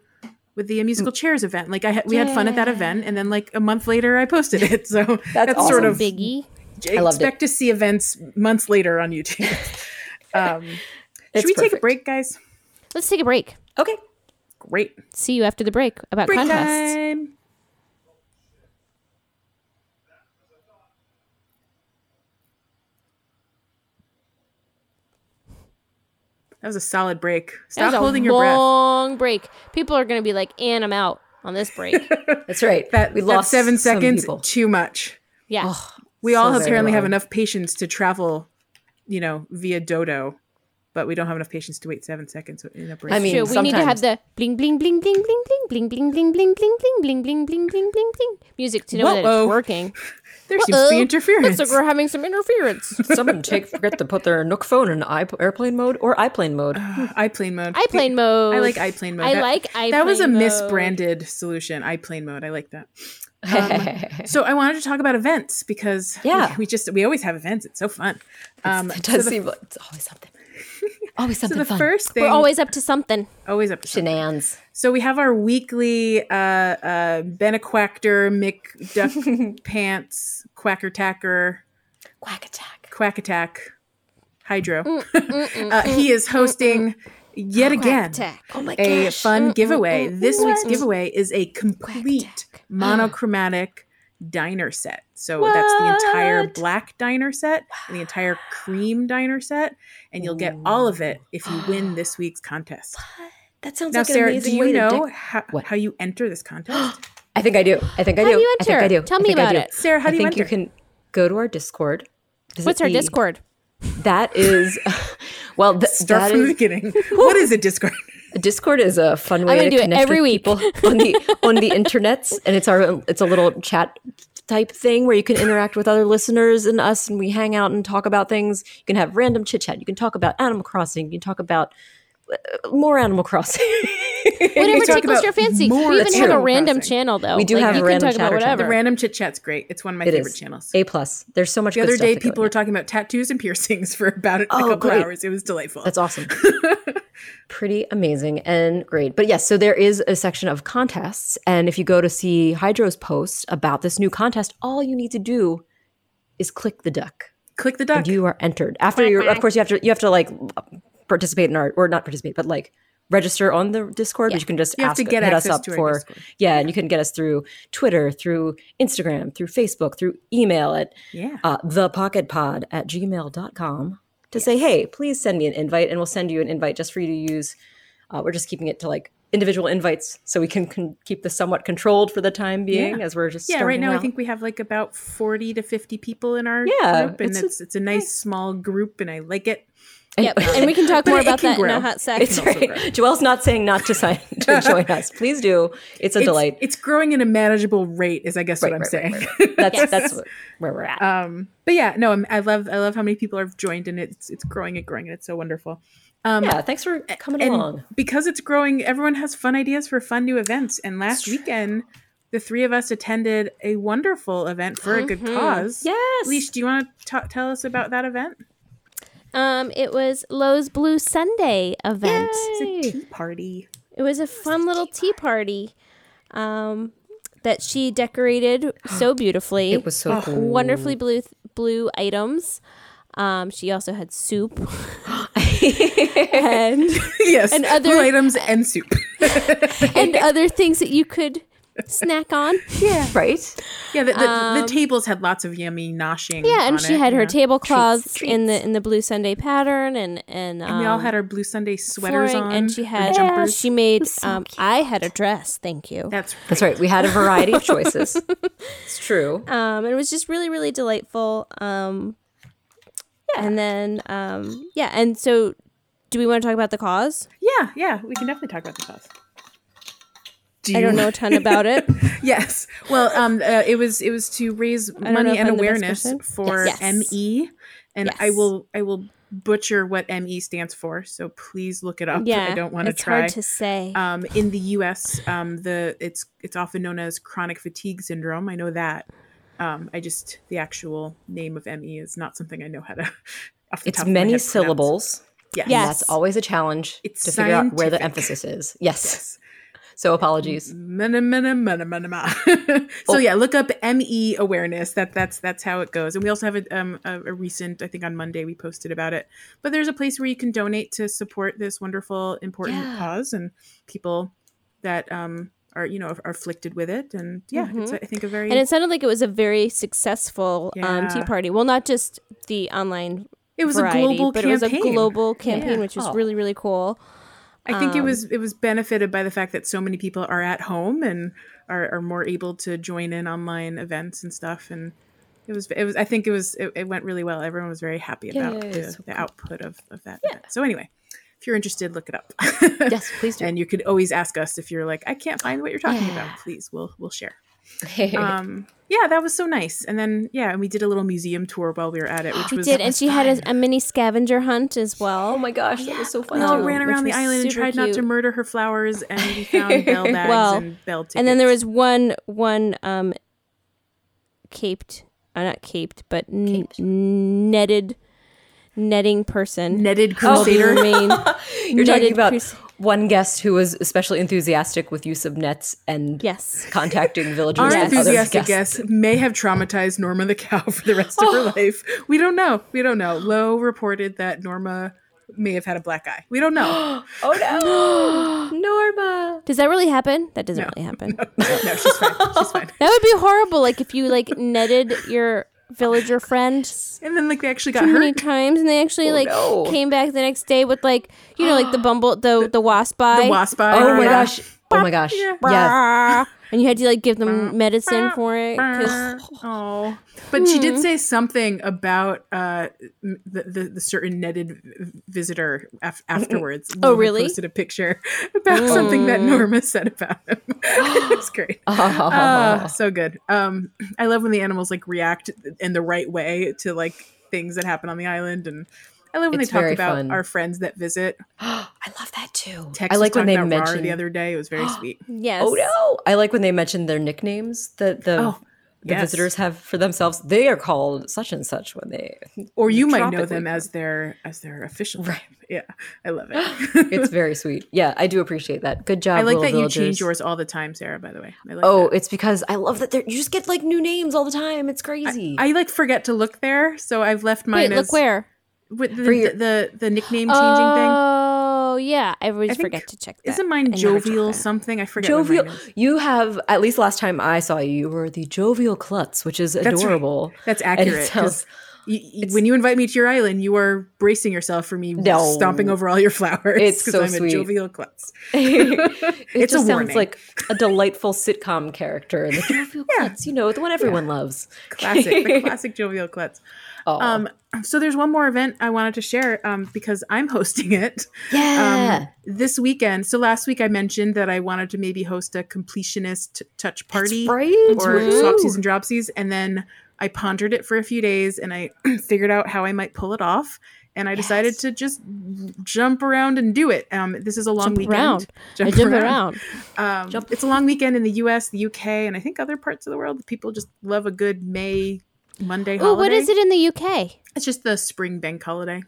with the uh, musical chairs event. Like I ha- we had fun at that event, and then like a month later, I posted it. So that's, sort awesome. of Biggie. loved expect to see events months later on YouTube. um, should we take a perfect. break, guys? Let's take a break. okay. Great See you after the break about break contests. time. That was a solid break. That Stop was a holding your breath. Long break. People are going to be like, "And I'm out on this break." That's right. That we that lost seven some seconds people. too much. Yeah. We So all very apparently have wrong. enough patience to travel, you know, via Dodo, but we don't have enough patience to wait seven seconds in a break. I mean, True. We need to have the sometimes- bling bling bling bling bling bling bling bling bling bling bling bling bling bling bling bling bling music to know that Whoa. it's working. there seems to Uh-oh. be Looks interference. like we're having some interference. Some of them take, forget to put their Nook phone in i- airplane mode or iPlane mode. iPlane mode. iPlane mode. I like iPlane mode. I That- like iPlane That was a mode. misbranded solution. iPlane mode. I like that. Um, so I wanted to talk about events because Yeah. we, we just we always have events. It's so fun. Um, it so does the, seem like it's always something. Always so something the fun. first thing We're always up to something. always up to something. Shenanigans. So we have our weekly uh, uh, Benequactor, McDuck Pants, Quacker Tacker, Quack attack. Quack Attack, Hydro. Mm, uh, he is hosting yet again Attack. Oh my a gosh. mm, fun giveaway. this week's giveaway is a complete Quack-tack. monochromatic diner set. So that's the entire What? black diner set, and the entire cream diner set, and you'll get all of it if you win this week's contest. that sounds Now, like an Sarah, do amazing way you to know dec- how, What? how you enter this contest? I think I do. I think I do. How do you I think I enter? do. Tell I me think I about do. it. Sarah, how I do you think enter? you can go to our Discord. Visit What's our the- Discord? That is, well, th- Start that from is- the beginning. what is a Discord? Discord is a fun gonna way do to it connect every with week. people on the on the internets, and it's our it's a little chat type thing where you can interact with other listeners and us, and we hang out and talk about things. You can have random chit chat. You can talk about Animal Crossing. You can talk about uh, more Animal Crossing. Whatever talk tickles about your fancy. more We even have a Animal random Crossing. channel though. We do have a you random can talk about chatter channel. whatever. The random chit chat's great. It's one of my it favorite is channels. a plus. There's so much. the good other stuff day, that go people were in it. talking about tattoos and piercings for about a Oh, couple great. hours. It was delightful. That's awesome. Pretty amazing and great. But yes, so there is a section of contests. And if you go to see Hydro's post about this new contest, all you need to do is click the duck. Click the duck. And you are entered. After you're of course you have to you have to like participate in our or not participate, but like register on the Discord, but you can just You have ask to get hit us access up to our for Discord. yeah, and you can get us through Twitter, through Instagram, through Facebook, through email at yeah. uh, thepocketpod at gmail.com to say, hey, please send me an invite and we'll send you an invite just for you to use. Uh, we're just keeping it to like individual invites so we can, con- keep this somewhat controlled for the time being Yeah. as we're just yeah, right starting now I out. think we have like about 40 to 50 people in our Yeah, group, and it's it's a- it's, a nice small group, and I like it. Yep. and we can talk more it about can that in grow. a hot sec. it's right. Joelle's not saying not to sign to join us. Please do. It's a It's, delight. it's growing at a manageable rate, is I guess Right, what I'm right, saying. right, That's that's where we're at. um but yeah no I'm, i love i love how many people have joined and it's it's growing and growing and it's so wonderful um yeah, thanks for coming and along. because it's growing everyone has fun ideas for fun new events and last weekend the three of us attended a wonderful event for a Mm-hmm. good cause Yes. Leash, do you want to t- tell us about that event? Um, it was Lowe's Blue Sunday event. It's a tea party. It was a fun little tea party um, that she decorated so beautifully. It was so cool. wonderfully blue blue items. Um, she also had soup and yes, and other- blue items and soup. and other things that you could snack on. Yeah. right? Yeah, the, the, the tables had lots of yummy noshing. Um, Yeah, and on she it, had you her know. tablecloths Treats, in the treats. in the blue Sunday pattern, and and, um, And we all had our blue Sunday sweaters flooring, on, and she or had jumpers. she made. so um, I had a dress. Thank you. That's That's right. We had a variety of choices. It's true. Uh, um, and it was just really really delightful um, and then um, yeah and so do we want to talk about the cause yeah, yeah. We can definitely talk about the cause. Do i you- don't know a ton about it Yes. Well, um, uh, it was it was to raise know if money and I'm the best awareness person. for Yes. Yes. ME, and I Yes. will I will butcher what ME stands for. So please look it up. yeah I don't want it's try. hard to say um, in the U.S., um, the it's it's often known as chronic fatigue syndrome. I know that. Um, I just the actual name of ME is not something I know how to. Off the It's top of my head many pronounce. syllables. Yes. Yeah. And that's always a challenge It's to figure out where the scientific. emphasis is. Yes. Yes. So apologies. Mana, mana, mana, mana, ma. Oh. so yeah, look up ME awareness. That that's that's how it goes. And we also have a, um, a, a recent, I think on Monday we posted about it. But there's a place where you can donate to support this wonderful, important Yeah. cause and people that um, are you know are afflicted with it. And yeah, it's I think a very Mm-hmm. and it sounded like it was a very successful um, tea Yeah. party well not just the online it was variety, a global but campaign. it was a global campaign which was Oh. really really cool I think Um, it was it was benefited by the fact that so many people are at home and are, are more able to join in online events and stuff. And it was it was I think it was it, it went really well. Everyone was very happy about Yay, the, so the output of, of that. Event. So anyway, if you're interested, look it up. Yes, please do. and you could always ask us if you're like I can't find what you're talking about. Please, we'll we'll share. Um, yeah, that was so nice. And then yeah, and we did a little museum tour while we were at it, which we was did and she had a, a mini scavenger hunt as well oh my gosh, that was so fun. We all too, ran which around the was island and super tried not to cute. murder her flowers, and we found bell bags Well, and bell tickets. and then there was one one um caped uh, not caped but n- netted netting person netted Will be crusader. remain You're netted talking about crus- one guest who was especially enthusiastic with use of nets and yes contacting villagers. Our and other enthusiastic guests. guest may have traumatized Norma the cow for the rest of her life. We don't know. We don't know. Lowe reported that Norma may have had a black eye. We don't know. Oh no, Norma. does that really happen that doesn't really happen no, she's fine. She's fine. that would be horrible like if you like netted your villager friend so And then like they actually got many hurt. times and they actually like no. came back the next day with like you know like the bumble the the wasp eye Ah. The wasp eye. Oh my gosh. Oh my gosh. Yeah. and you had to like give them medicine for it 'cause- Uh-huh. Oh, but she Hmm. did say something about uh, m- the, the the certain netted v- visitor af- afterwards. Oh, Lou had really? Posted a picture about something that Norma said about him. it was great. Ah, so good. Um, I love when the animals like react in the right way to like things that happen on the island, and I love when It's they talk very about fun. our friends that visit. I love that too. Tex I like was when they talking about Rar mention the other day. It was very sweet. yes Oh no! I like when they mention their nicknames that the Oh, the yes. visitors have for themselves. They are called such and such when they. or you might know Tropically them grown. as their as their official Right. name. yeah i love it It's very sweet. Yeah, I do appreciate that. Good job. i like little that you villagers. change yours all the time sarah by the way i like Oh, that. it's because I love that they're, you just get like new names all the time. It's crazy. i like forget to look there so i've left mine wait as look where with the, For your- the, the nickname changing Oh yeah, I always I think- forget to check. thing That. isn't I mine never check jovial that. something i forget what mine jovial. is. You have at least last time I saw you, you were the jovial klutz, which is right. adorable. that's And it accurate 'cause sounds- you- you- when you invite me to your island you are bracing yourself for me No. stomping over all your flowers It's 'cause so i'm sweet. a jovial klutz it It's a just sounds warning. like a delightful sitcom character. The jovial klutz, you know, the one everyone loves. classic the classic jovial klutz Oh, Um, so there's one more event I wanted to share um, because I'm hosting it. Yeah. Um, this weekend. So last week I mentioned that I wanted to maybe host a completionist touch party right. or Woo. swapsies and dropsies, and then I pondered it for a few days and I figured out how I might pull it off. And I decided to just jump around and do it. Um, this is a long Jump weekend. around. I jump around. Um, It's a long weekend in the U.S., the U.K., and I think other parts of the world. People just love a good May Monday Oh, holiday. what is it in the UK? It's just the spring bank holiday.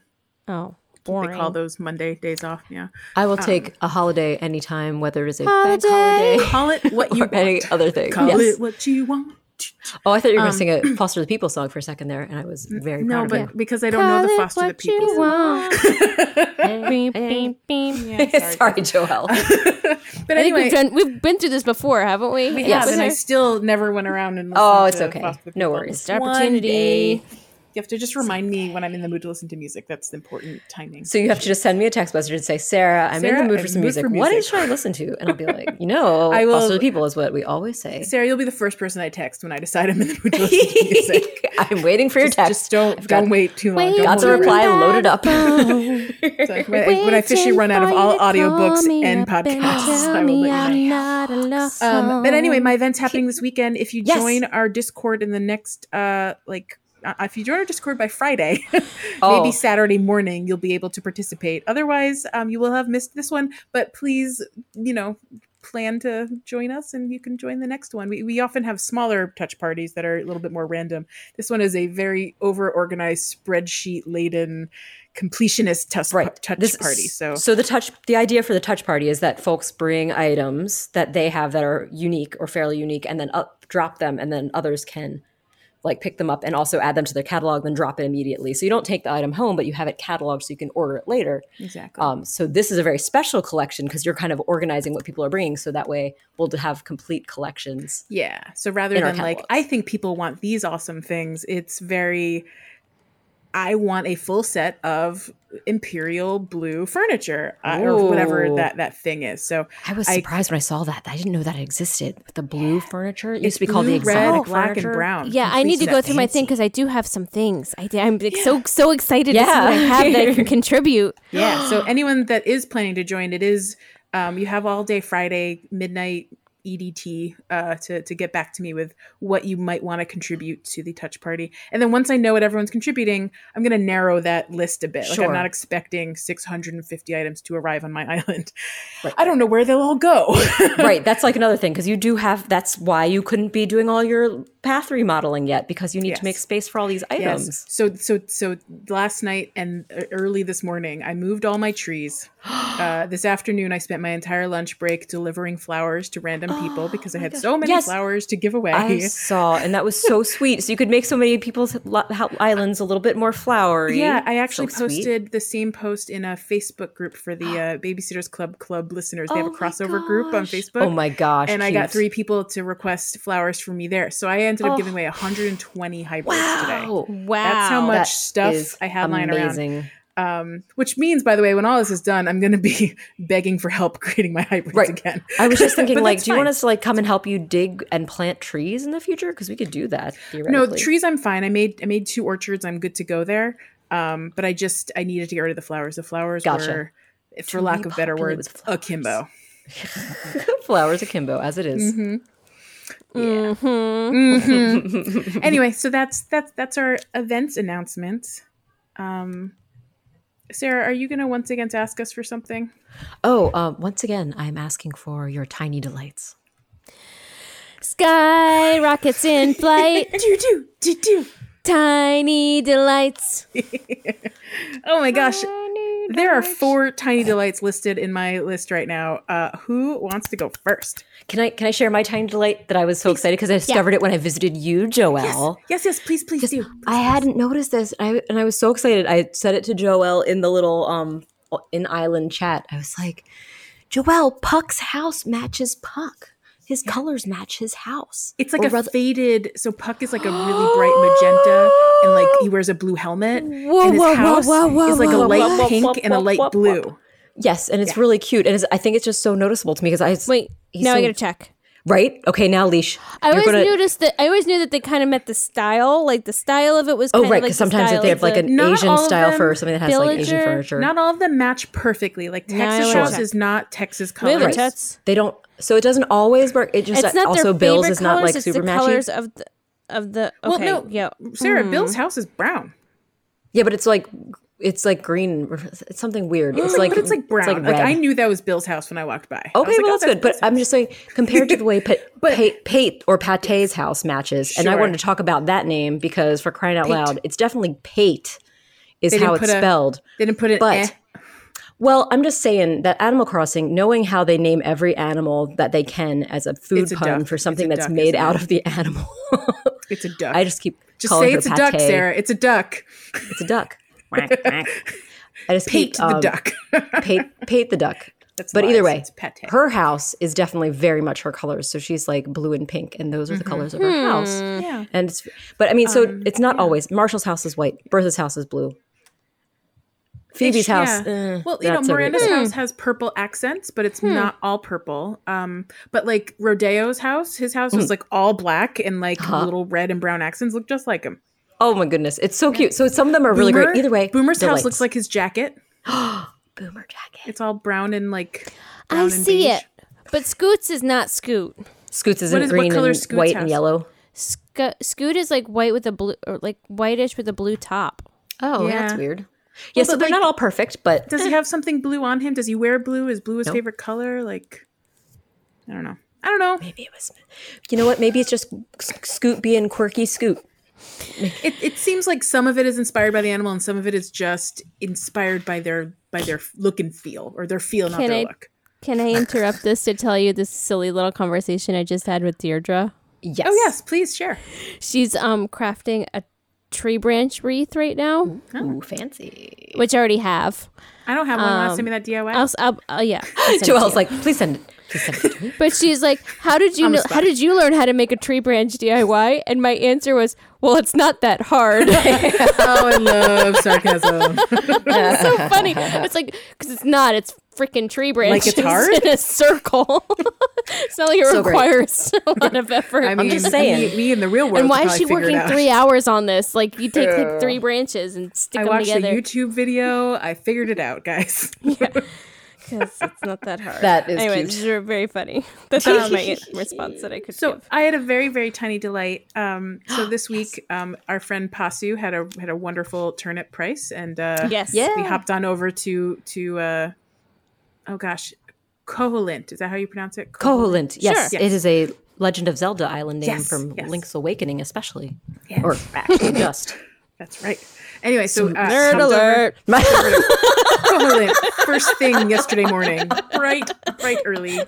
Oh, They boring. call those Monday days off. Yeah. I will take a holiday anytime, whether it is a bank Holiday. holiday Call it what you or any want. other thing. Call yes. it what you want. Oh, I thought you were going to sing a Foster the People song for a second there, and I was very Um, No, proud but of because I don't know the Foster the People. Beep, beep, beep. you. Sorry, Joel. But I think anyway, we've done, we've been through this before, haven't we? we yes. have, and I With still never went around and listened Oh, it's to okay. Foster the No People. worries. It's an One opportunity. day. You have to just remind me when I'm in the mood to listen to music. That's the important timing. So you have to just send me a text message and say, Sarah, I'm in Sarah, the mood I'm for in some the mood music. for What music." should I listen to? And I'll be like, you know, I will- Foster the People is what we always say. Sarah, you'll be the first person I text when I decide I'm in the mood to listen to music. I'm waiting for your text. Just don't I've got- don't wait too long. Wait Don't Got the hold your reply Waiting loaded up. breath. So when, I, when I officially run out of all audiobooks and podcasts, I will let you know. Um, but anyway, my event's happening this weekend. If you Yes. join our Discord in the next, uh, like, uh, if you join our Discord by Friday, Oh. maybe Saturday morning, you'll be able to participate. Otherwise, um, you will have missed this one. But please, you know, plan to join us, and you can join the next one. We we often have smaller touch parties that are a little bit more random. This one is a very over organized, spreadsheet laden, completionist touch, right touch This- party. So. so the touch the idea for the touch party is that folks bring items that they have that are unique or fairly unique and then up, drop them and then others can like pick them up and also add them to their catalog then drop it immediately so you don't take the item home but you have it cataloged so you can order it later Exactly. um, so this is a very special collection because you're kind of organizing what people are bringing so that way we'll have complete collections Yeah. So rather in our than like, catalogs. I think people want these awesome things, it's very, I want a full set of imperial blue furniture uh, or whatever Ooh. that that thing is. So i was I- surprised when i saw that i didn't know that existed the blue furniture it used to be called the blue, red, exotic black, furniture. and brown. Yeah, I need completes to go that through my thing fancy. because I do have some things. I, am like, so so excited to see Yeah. what I have that I can contribute. Yeah. so anyone that is planning to join, it is um, you have all day Friday midnight EDT uh, to to get back to me with what you might want to contribute to the touch party, and then once I know what everyone's contributing, I'm going to narrow that list a bit. Like Sure. I'm not expecting 650 items to arrive on my island. I don't know where they'll all go. right that's like another thing because you do have that's why you couldn't be doing all your path remodeling yet because you need Yes. to make space for all these Yes. items Um, So so so last night and e- early this morning, I moved all my trees. Uh, this afternoon, I spent my entire lunch break delivering flowers to random people because I had so many Oh Yes. flowers to give away. i saw and that was so sweet so you could make so many people's lo- ho- islands a little bit more flowery yeah, I actually So sweet. posted the same post in a Facebook group for the uh, Babysitters Club Club listeners. They have Oh a my crossover group on gosh. Facebook. oh my gosh And I got three cute. people to request flowers for me there. So I ended up Oh. giving away 120 hybrids today. wow Wow, That's how much That stuff is I had lying around. amazing Um, which means, by the way, when all this is done, I'm going to be begging for help creating my hybrids Right. again. I was just thinking, But like, that's do you want fine. us to like come and help you dig and plant trees in the future? Because we could do that. No, Theoretically. the trees. I'm fine. I made I made two orchards. I'm good to go there. Um, but I just I needed to get rid of the flowers. The flowers Gotcha. were, for lack of better repopulate words, with flowers. akimbo. flowers akimbo, as it is. Mm-hmm. anyway, so that's that's that's our events announcement. Um, Sarah, are you going to once again to ask us for something? Oh, uh, once again, I'm asking for your tiny delights. Sky rockets in flight, Do do do do. tiny delights. Oh my gosh. There are four tiny delights listed in my list right now. Uh, who wants to go first? Can I can I share my tiny delight that I was so excited because I discovered it when I visited you, Joelle. Yes, yes, please, please do. I hadn't noticed this, and I and I was so excited. I said it to Joelle in the little um in island chat. I was like, Joelle, Puck's house matches Puck. His colors match his house. It's like Or a rather- faded. So Puck is like a really bright magenta, and like he wears a blue helmet. Whoa, and his whoa, whoa, house whoa, whoa, is like whoa, a light whoa, pink whoa, and a light whoa, whoa, blue. yes, and it's really cute, and it's, I think it's just so noticeable to me because I Wait, He's now I so- gotta check. right okay now leash. I You're always gonna- noticed that. I always knew that they kind of met the style, like the style of it was. Oh Kind right, of like because sometimes the if they have like an not all Asian of style them for something that has like Asian villager- furniture, Not all of them match perfectly. Like I Texas wanna House check. is not Texas colors. Really, Tuts? they don't. So it doesn't always work. It just It's not also their Bills favorite is not colors, like it's super the matchy. colors of the of the. Okay, no. yeah. Sarah, hmm. Bill's house is brown. Yeah, but it's like it's like green. It's something weird. It's like but it's like brown. It's like like, red. I knew that was Bill's house when I walked by. I okay, was like, well oh, that's good. But Bill's I'm just saying compared to the way pa- Pa- Pate or Pate's house matches, and I Sure. wanted to talk about that name because for crying out loud, it's definitely Pate is They how didn't it's put a- spelled. house. They didn't put it. But eh. Well, I'm just saying that Animal Crossing, knowing how they name every animal that they can as a food It's a pun duck. for something It's a that's duck, made isn't out it? of the animal, It's a duck. I just keep just calling say her it's a duck, pate. Sarah. It's a duck. It's a duck. Quack, quack. I just Pate keep, um, the duck. Pate, pate the duck. That's but lies. either way, It's pate. her house is definitely very much her colors. So she's like blue and pink, and those are Mm-hmm. the colors of her house. Yeah. And it's, but I mean, so Um, it's not always. Marshall's house is white. Bertha's house is blue. Phoebe's house. eh, well, you know, not so great. Miranda's house has purple accents, but Hmm. it's not all purple. Um, but like Rodeo's house, his house Hmm. was like all black and like Uh-huh. little red and brown accents look just like him. Oh my goodness, it's so cute. So some of them are really Boomer- great. Either way, Boomer's they're house looks lights. like his jacket. boomer jacket. It's all brown and like. brown I and see beige. it. But Scoots is not Scoot. Scoots is What in is- what green color and is Scoot's white house? and yellow. Sco- Scoot is like white with a blue, or like whitish with a blue top. Oh, Yeah. that's weird. Yes, so they're not all perfect, but Eh. Does he have something blue on him? Does he wear blue? Is blue his favorite color? Like, I don't know. I don't know. maybe it was. You know what? Maybe it's just Sc- Scoot being quirky. Scoot. It, it seems like some of it is inspired by the animal, and some of it is just inspired by their by their look and feel, or their feel, not Can their I- look. Can I interrupt this to tell you this silly little conversation I just had with Deirdre? Yes. Oh yes, please share. She's um crafting a tree branch wreath right now, Ooh, fancy. which I already have. I don't have one. Wanna send me that DIY? I'll, s- I'll, oh yeah. Joelle's like, please send it. Please send it. to me." But she's like, "How did you know, how did you learn how to make a tree branch DIY?" And my answer was, "Well, it's not that hard." oh, I love sarcasm. it's so funny. It's like because it's not. It's freaking tree branches it's hard? in a circle. it's not like it So great. requires a lot of effort. I mean, just saying. Me, me in the real world. and why could is she probably figure it working out. three hours on this? Like you take like three branches and stick I them watched together a YouTube video. I figured it out, guys. because it's not that hard. That is anyway, cute. these are very funny. That's that was my response that I could. So give. I had a very very tiny delight. Um, so this week, um, our friend Pasu had a had a wonderful turnip price, and uh, yes, Yeah. we hopped on over to to uh, oh gosh, Koholint. Is that how you pronounce it? Koholint. Yes, Sure. it is a Legend of Zelda island name Yes, from yes. Link's Awakening, especially. Yes. Or actually just. That's right. Anyway, so uh, Nerd hopped alert! over- Koholint. First thing yesterday morning, bright bright early,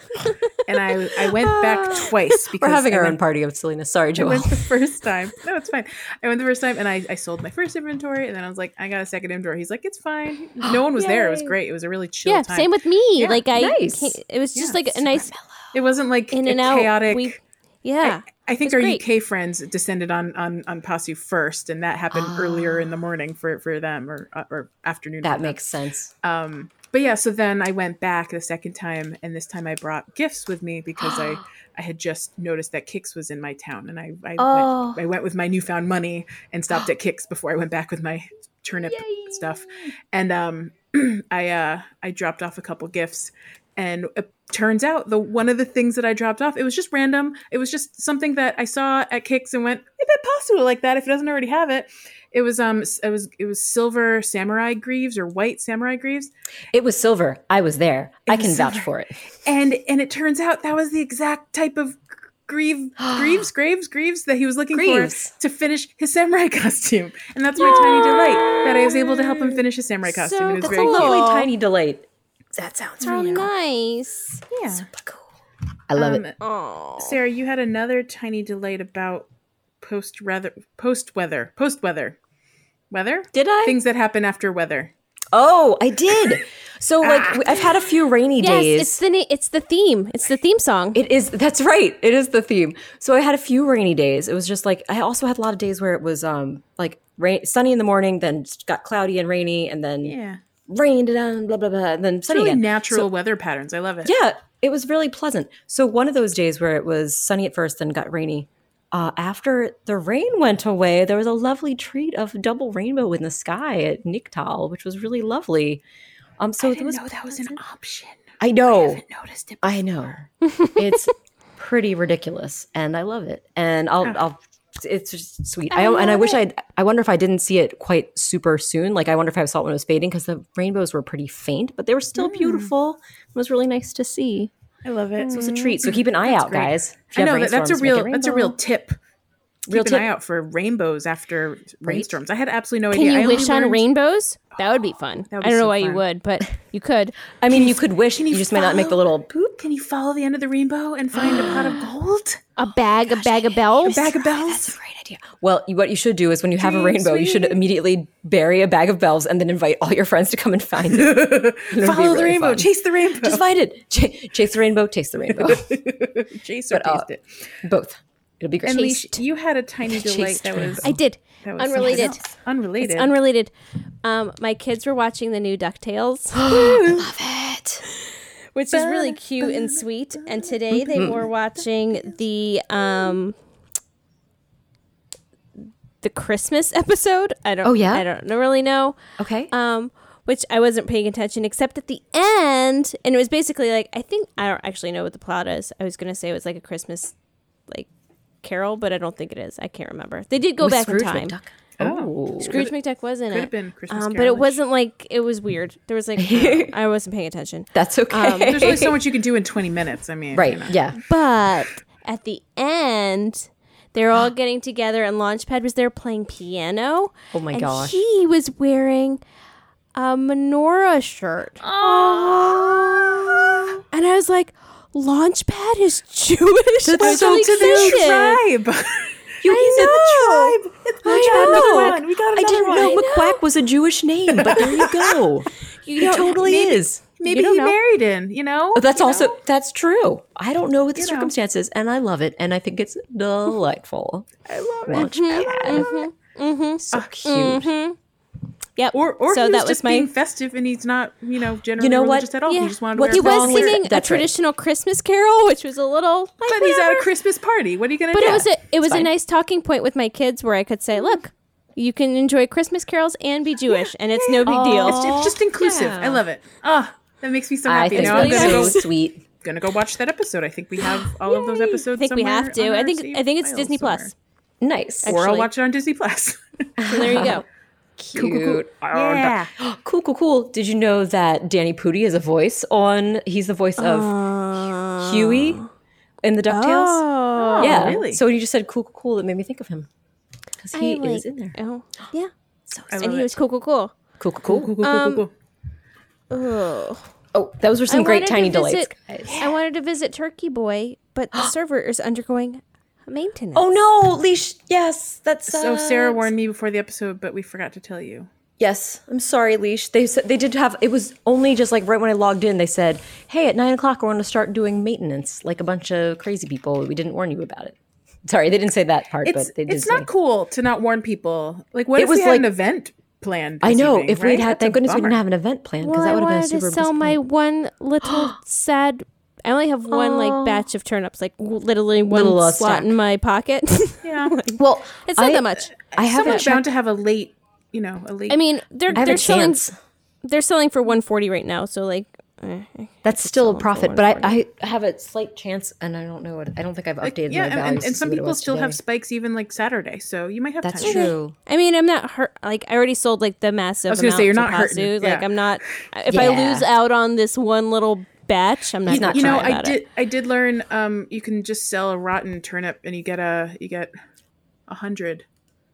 and I I went back Ah. twice because We're having I our went own party of silliness. Sorry, I went Joelle. the first time. No, it's fine. I went the first time and I, I sold my first inventory and then I was like, I got a second inventory. He's like, it's fine. No one was there. It was great. It was a really chill Yeah, time. same with me. Yeah, like I, nice. can't- it was just Yeah, like a nice It wasn't like in a and out. chaotic. We, yeah, I think It's our great. UK friends descended on on on Pasu first, and that happened earlier Ah. in the morning for for them or uh, or afternoon. for That them. makes sense. Um, but yeah, so then I went back the second time, and this time I brought gifts with me because I I had just noticed that Kix was in my town, and I I, Oh. went, I went with my newfound money and stopped at Kix before I went back with my turnip stuff, and um I uh I dropped off a couple gifts, and it turns out the one of the things that I dropped off it was just random, it was just something that I saw at Kix and went I bet possible like that if it doesn't already have it. It was um s- it was it was silver samurai greaves or white samurai greaves. It was silver. I was there. I was can vouch silver. for it. and and it turns out that was the exact type of grieve grieves graves grieves that he was looking Greaves. for to finish his samurai costume and that's my tiny delight that i was able to help him finish his samurai costume So it was That's very a cute lovely Lovely Aw. tiny delight. That sounds how really cool. nice. yeah I love Um, it. Oh, sarah you had another tiny delight about post weather post weather post weather weather Did I? things that happen after weather Oh, I did. So Ah. like I've had a few rainy yes, days. it's the na- it's the theme. It's the theme song. It is. That's right. It is the theme. So I had a few rainy days. It was just like I also had a lot of days where it was um like rain, sunny in the morning, then just got cloudy and rainy, and then yeah rained down, blah blah blah, and then sunny really again. natural weather patterns i love it Yeah, it was really pleasant. So one of those days where it was sunny at first, then got rainy. Uh, after the rain went away, there was a lovely treat of double rainbow in the sky at Niktal, which was really lovely. Um, so it didn't was. know Oh, that was an option I know. noticed it I know. It's pretty ridiculous, and I love it. And Oh. I'll, I'll. It's just sweet. I, and I wish I. I wonder if I didn't see it quite super soon. Like I wonder if I saw it when it was fading because the rainbows were pretty faint, but they were still Hmm. beautiful. It was really nice to see. i love it Mm-hmm. So it's a treat. So keep an eye out, great. guys. I If you know have that that's a rainstorms, make real that's a rainbow. real tip. Real Keep tip. an eye out for rainbows after rainstorms. I had absolutely no Can idea. I you only wish on learned- rainbows? That would be fun. That would I be don't know so why you fun. would, but you could. I mean, you could wish you just may not make the little poop. Can you follow the end of the rainbow and find a pot of gold? A bag, a bag of bells. Bag of bells? Great idea. Well, you, what you should do is when you have a Dream rainbow, you should sweet. immediately bury a bag of bells and then invite all your friends to come and find it. Follow the really rainbow. fun. Chase the rainbow. Just find it. Ch- chase the rainbow. Taste the rainbow. chase or uh, taste it. Both. It'll be great. And Leash, you had a tiny delight Chased that was, I did. that was something Unrelated. else. Unrelated. It's unrelated. Um, my kids were watching the new DuckTales. love it. which is really cute and sweet. And today they were watching the um the Christmas episode. I don't. Oh, yeah? I don't know- really know. Okay. Um, which I wasn't paying attention except at the end, and it was basically like I think I don't actually know what the plot is. I was gonna say it was like a Christmas like carol, but I don't think it is. I can't remember. They did go With back Scrooge in time. McDuck. Oh. Scrooge McDuck was in could have it. been Christmas um, but it Carolish. wasn't like it was weird. There was like I, don't know. I wasn't paying attention. That's okay. There's only so much you can do in 20 minutes. I mean, you right. know. Yeah. But at the end, they're all getting together, and Launchpad was there playing piano. Oh my and gosh. He was wearing a menorah shirt. And I was like, Launchpad is Jewish. That's Go so to the tribe. You I know. The tribe. Oh, I got know. another one. We got I another didn't one. know McQuack was a Jewish name, but there you go. You know, it totally maybe- is. Maybe You don't he know. married in, you know? But Oh, that's also that's true. I don't know the You know. circumstances, and I love it, and I think it's delightful. I love it. Launchpad, so cute. Yep. Or, or so he was that was just my. being festive and he's not, you know, generally know what? religious at all. yeah. He just wanted to he wear a was thong with it. singing a That's right. traditional Christmas carol, which was a little. Like, But he's at a whatever. Christmas party. What are you going to But do? it was a it was a fine. nice talking point with my kids where I could say, look, you can enjoy Christmas carols and be Jewish, and it's no big deal. It's, it's Oh, just inclusive. I love it. Oh, that makes me so I happy. think Now I'm really gonna so go, sweet. gonna go watch that episode. I think we have all of those episodes. I think we somewhere have on to. I our think save I think it's files Disney Plus. somewhere. Nice, Or I'll actually. watch it on Disney Plus. So there you go. cute. yeah. Cool, cool, cool. Did you know that Danny Pudi is a voice on? He's the voice of Ah. Huey in the Ducktales. Oh, yeah. really? So when you just said cool, cool, cool, it made me think of him because he I like- is in there. Oh, yeah. I and love he it. was cool, cool, cool. Cool, cool, cool. Cool, cool, cool, Um, cool. Oh, Oh, those were some great tiny delights. I wanted to visit Turkey Boy, but the server is undergoing maintenance. Oh no, Leash. Yes, that's uh, So Sarah warned me before the episode, but we forgot to tell you. Yes, I'm sorry, Leash. They said they did have. It was only just like right when I logged in. They said, "Hey, at nine o'clock, we're going to start doing maintenance, like a bunch of crazy people. We didn't warn you about it." Sorry, they didn't say that part, It's, but they did. it's say. not cool to not warn people. Like, what It if was we had an like- event planned? I this know. evening, if right? we'd had, That's thank a goodness we bummer. didn't have an event planned because Well, that I would have been a wanted super. to sell my one little sad. I only have one like batch of turnips, like w- literally one Little, uh, slot stack. in my pocket. Yeah. well, it's not that much. I haven't Someone's bound checked. to have a late, you know, a late. I mean, they're I have they're a selling chance. they're selling for one forty right now. So like, eh, eh. That's still a profit, one but I, I have a slight chance, and I don't know what. I don't think I've updated yeah, my and, values. and, to and some see what it people was still today. have spikes even like Saturday, so you might have That's time. true. eh, I mean, I'm not hurt. Like I already sold like the massive. I was gonna say, you're not hurting. Like Yeah. I'm not. If Yeah. I lose out on this one little batch, I'm not. He's gonna not cry You know, Sorry I about did. It. I did learn. Um, you can just sell a rotten turnip, and you get a you get a hundred.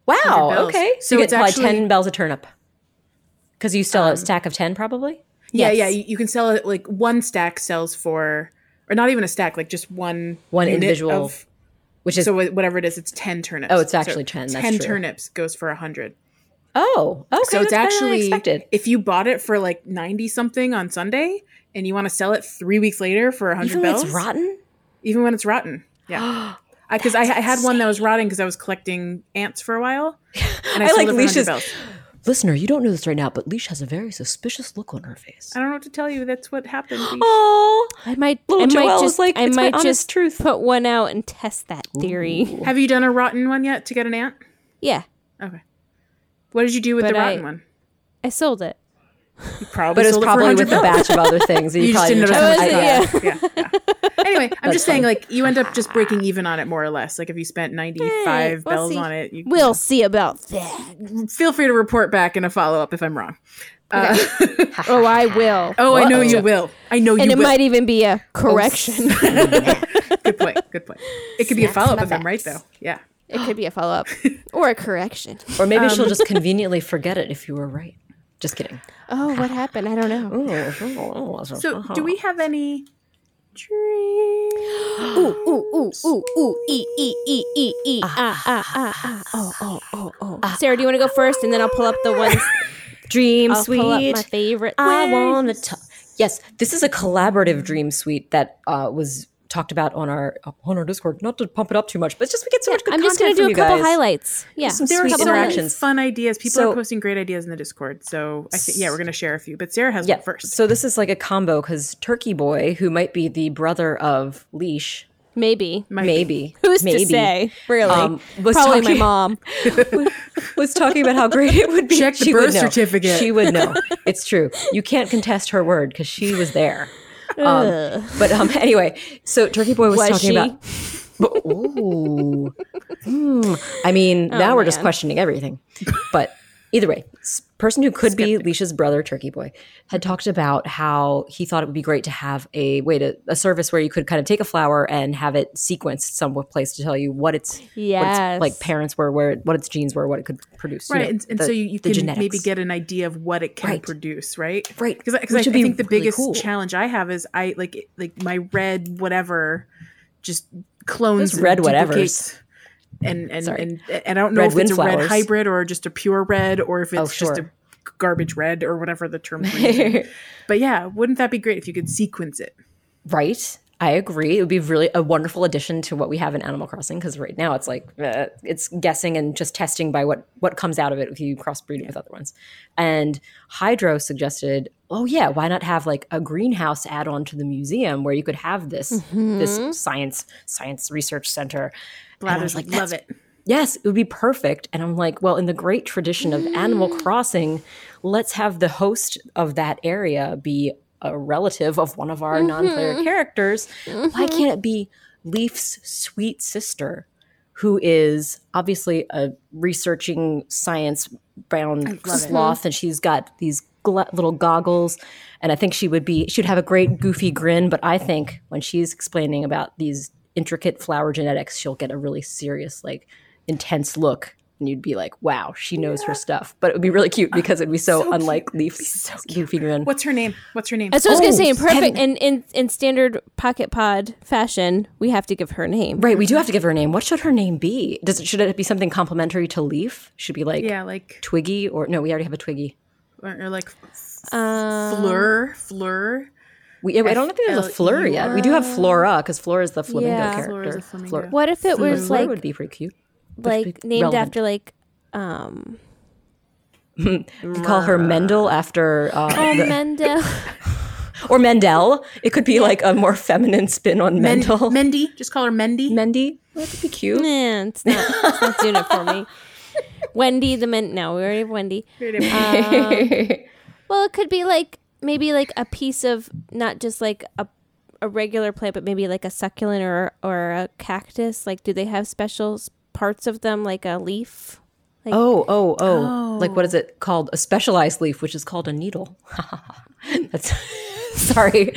Wow. bells. Okay. So So you it's get probably actually- Um, ten bells a turnip. Because you sell a stack of ten, probably. Yeah, Yes. yeah. You, you can sell it like one stack sells for, or not even a stack, like just one One unit individual, of- Which is so wh- whatever it is, it's ten turnips. Oh, it's So actually 10, that's ten true. turnips goes for a hundred. oh okay. So it's that's better than I actually expected. if you bought it for like ninety something on Sunday, and you want to sell it three weeks later for a hundred Even when bells, it's rotten. even when it's rotten. Yeah. Because I, I had one that was rotting because I was collecting ants for a while. And I, sold like it for 100 leashes. bells. Listener, you don't know this right now, but Leash has a very suspicious look on her face. I don't know what to tell you. That's what happened. Leash. Oh, I might. Little I might Joelle's just. like, I "It's my might honest just truth." put one out and test that theory. Have you done a rotten one yet to get an ant? Yeah, Okay. What did you do with But the I- rotten one? I sold it. You probably but it's sold it for probably 100 with a bells. batch of other things. and You just probably didn't notice how much I it was- cost. yeah. yeah. Anyway, I'm just saying, like, you end up just breaking even on it more or less. Like, if you spent 95 we'll bells see. on it, you We'll see about that. feel free to report back in a follow up if I'm wrong. Oh, I will. Oh, I know you will. I know and you it will. Oh. might even be a correction. Good point. Good point. It could be a follow up if I'm right, though. Yeah. it could be a follow up or a correction. Um, Or maybe she'll just conveniently forget it if you were right. Just kidding. Oh, what happened? I don't know. So, uh-huh. do we have any dreams? Ooh, ooh, ooh, ooh, ooh, e, e, e, e, e, ah, ah, ah, ah, oh, oh, oh, oh. Sarah, do you want to go first, and then I'll pull up the ones. dream I'll sweet? pull up my favorite. I ones. want to talk. Yes, this is a collaborative dream suite that uh, was talked about on our uh, on our Discord. Not to pump it up too much, but just we get so much good I'm just going gonna to do a couple highlights. Yeah, some There are Sweet so many interactions. fun ideas. People So- are posting great ideas in the Discord. So, I think yeah, we're going to share a few. But Sarah has Yeah. one first. So this is like a combo because Turkey Boy, who might be the brother of Leash, maybe. Might be. maybe Who's maybe, to say? Really? Um, was Probably my talking- mom. was talking about how great it would be. Check the She would birth know. certificate. She would know. It's true. You can't contest her word because she was there. Um, but um, anyway, so Turkey Boy was, Was talking she? about. But, ooh. Hmm. I mean, Oh, now we're just man. questioning everything. But either way, s- person who could be Leisha's brother, Turkey Boy, had talked about how he thought it would be great to have a way to a service where you could kind of take a flower and have it sequenced someplace to tell you what it's, what Yes. it's like parents were, where what its genes were, what it could produce. you Right, know, and, and the- so you, you the can genetics. maybe get an idea of what it can Right. produce, right? Right, Because I, which would be think the really biggest cool. challenge I have is I like it- like my red whatever just clones Those red and whatevers. duplicates. And and, Sorry. and and I don't know Red if it's a red windflowers. hybrid or just a pure red or if it's Oh, just a sure. garbage red or whatever the term. for it is. but yeah, wouldn't that be great if you could sequence it? Right. I agree. It would be really a wonderful addition to what we have in Animal Crossing because right now it's like uh, it's guessing and just testing by what what comes out of it if you crossbreed it with other ones. And Hydro suggested, oh yeah, why not have like a greenhouse add on to the museum where you could have this this science science research center. And I Blathers was like, would love "That's it. yes, it would be perfect. And I'm like, well, in the great tradition of Animal Crossing, let's have the host of that area be a relative of one of our non-player characters. Why can't it be Leaf's sweet sister, who is obviously a researching science-bound love it. sloth, and she's got these gla- little goggles, and I think she would be she'd have a great goofy grin. But I think when she's explaining about these intricate flower genetics, she'll get a really serious, like intense look. And you'd be like, "Wow, she knows her stuff." But it would be really cute because it'd be so, unlike Leaf's goofy grin. What's her name? What's her name? That's what I was gonna Oh, say. In perfect, in, Kevin. in in standard pocket pod fashion, we have to give her a name. Right, we do have to give her a name. What should her name be? Does it should it be something complimentary to Leaf? Should be like yeah, like Twiggy or no? We already have a Twiggy. or, or like Uh, Fleur, Fleur. We, I don't think there's a Fleur yet. We do have Flora because Flora is the flamingo Yeah. character. Flora is a flamingo. Fleur- What if it but was Fleur like would be pretty cute. like be named relevant. after like um We call her Mendel after, uh, Um, Mendo? or Mendel. It could be like a more feminine spin on Men- Mendel. Mendy. Just call her Mendy. Mendy. That could be cute. Nah, Eh, it's not, it's not doing it for me. Wendy the men. No, we already have Wendy. Um, Well, it could be like maybe like a piece of not just like a a regular plant, but maybe like a succulent or or a cactus. Like, do they have special s- parts of them, like a leaf? Oh, oh, oh, Like what is it called? A specialized leaf, which is called a needle. That's sorry.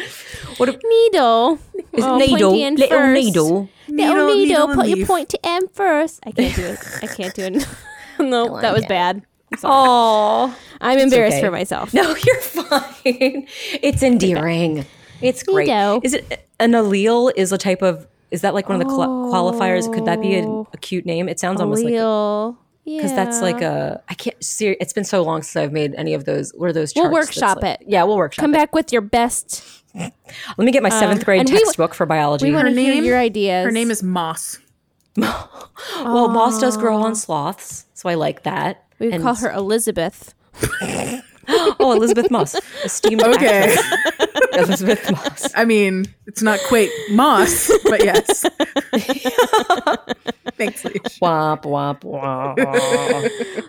What a Needle. is Oh, needle? pointy end Little first. needle. Little Needle, needle. needle, and put your leaf. point to M first. I can't do it. I can't do it. no, that was bad. Oh I'm embarrassed okay. for myself. no, you're fine. It's endearing. It's great. Needle. Is it an allele? Is a type of is that like one of the qual- qualifiers? Could that be a, a cute name? It sounds almost like Oh. Allele. Yeah. because that's like a I can't. Ser- it's been so long since I've made any of those. What are those? We'll charts that's workshop like- it. Yeah, we'll workshop. Come it. back with your best. Let me get my seventh grade and we w- textbook for biology. We want to hear name- your ideas. Her name is Moss. Well, moss does grow on sloths, so I like that. We would And- call her Elizabeth. oh Elizabeth Moss, esteemed Okay. actress Elizabeth Moss. I mean, it's not quite Moss, but yes. Thanks, Leash. Womp womp womp.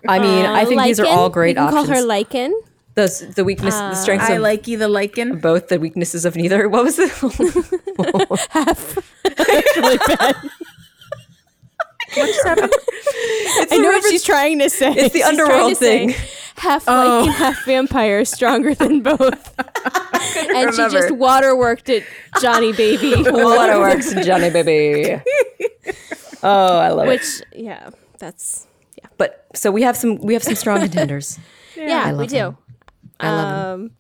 I mean, I think these are Uh, Lichen. all we great can options. Call her Lichen. the the weakness, Ah, the strengths I of like you the lichen. both, the weaknesses of neither. What was the I know what she's trying to say. It's the underworld thing. half Oh. Lichen, half vampire, stronger than both. and she just remember. waterworked it, Johnny Baby. waterworks, Johnny baby? Oh, I love it. Which, yeah, that's But so we have some we have some strong contenders. yeah, we love do. I love him. Um,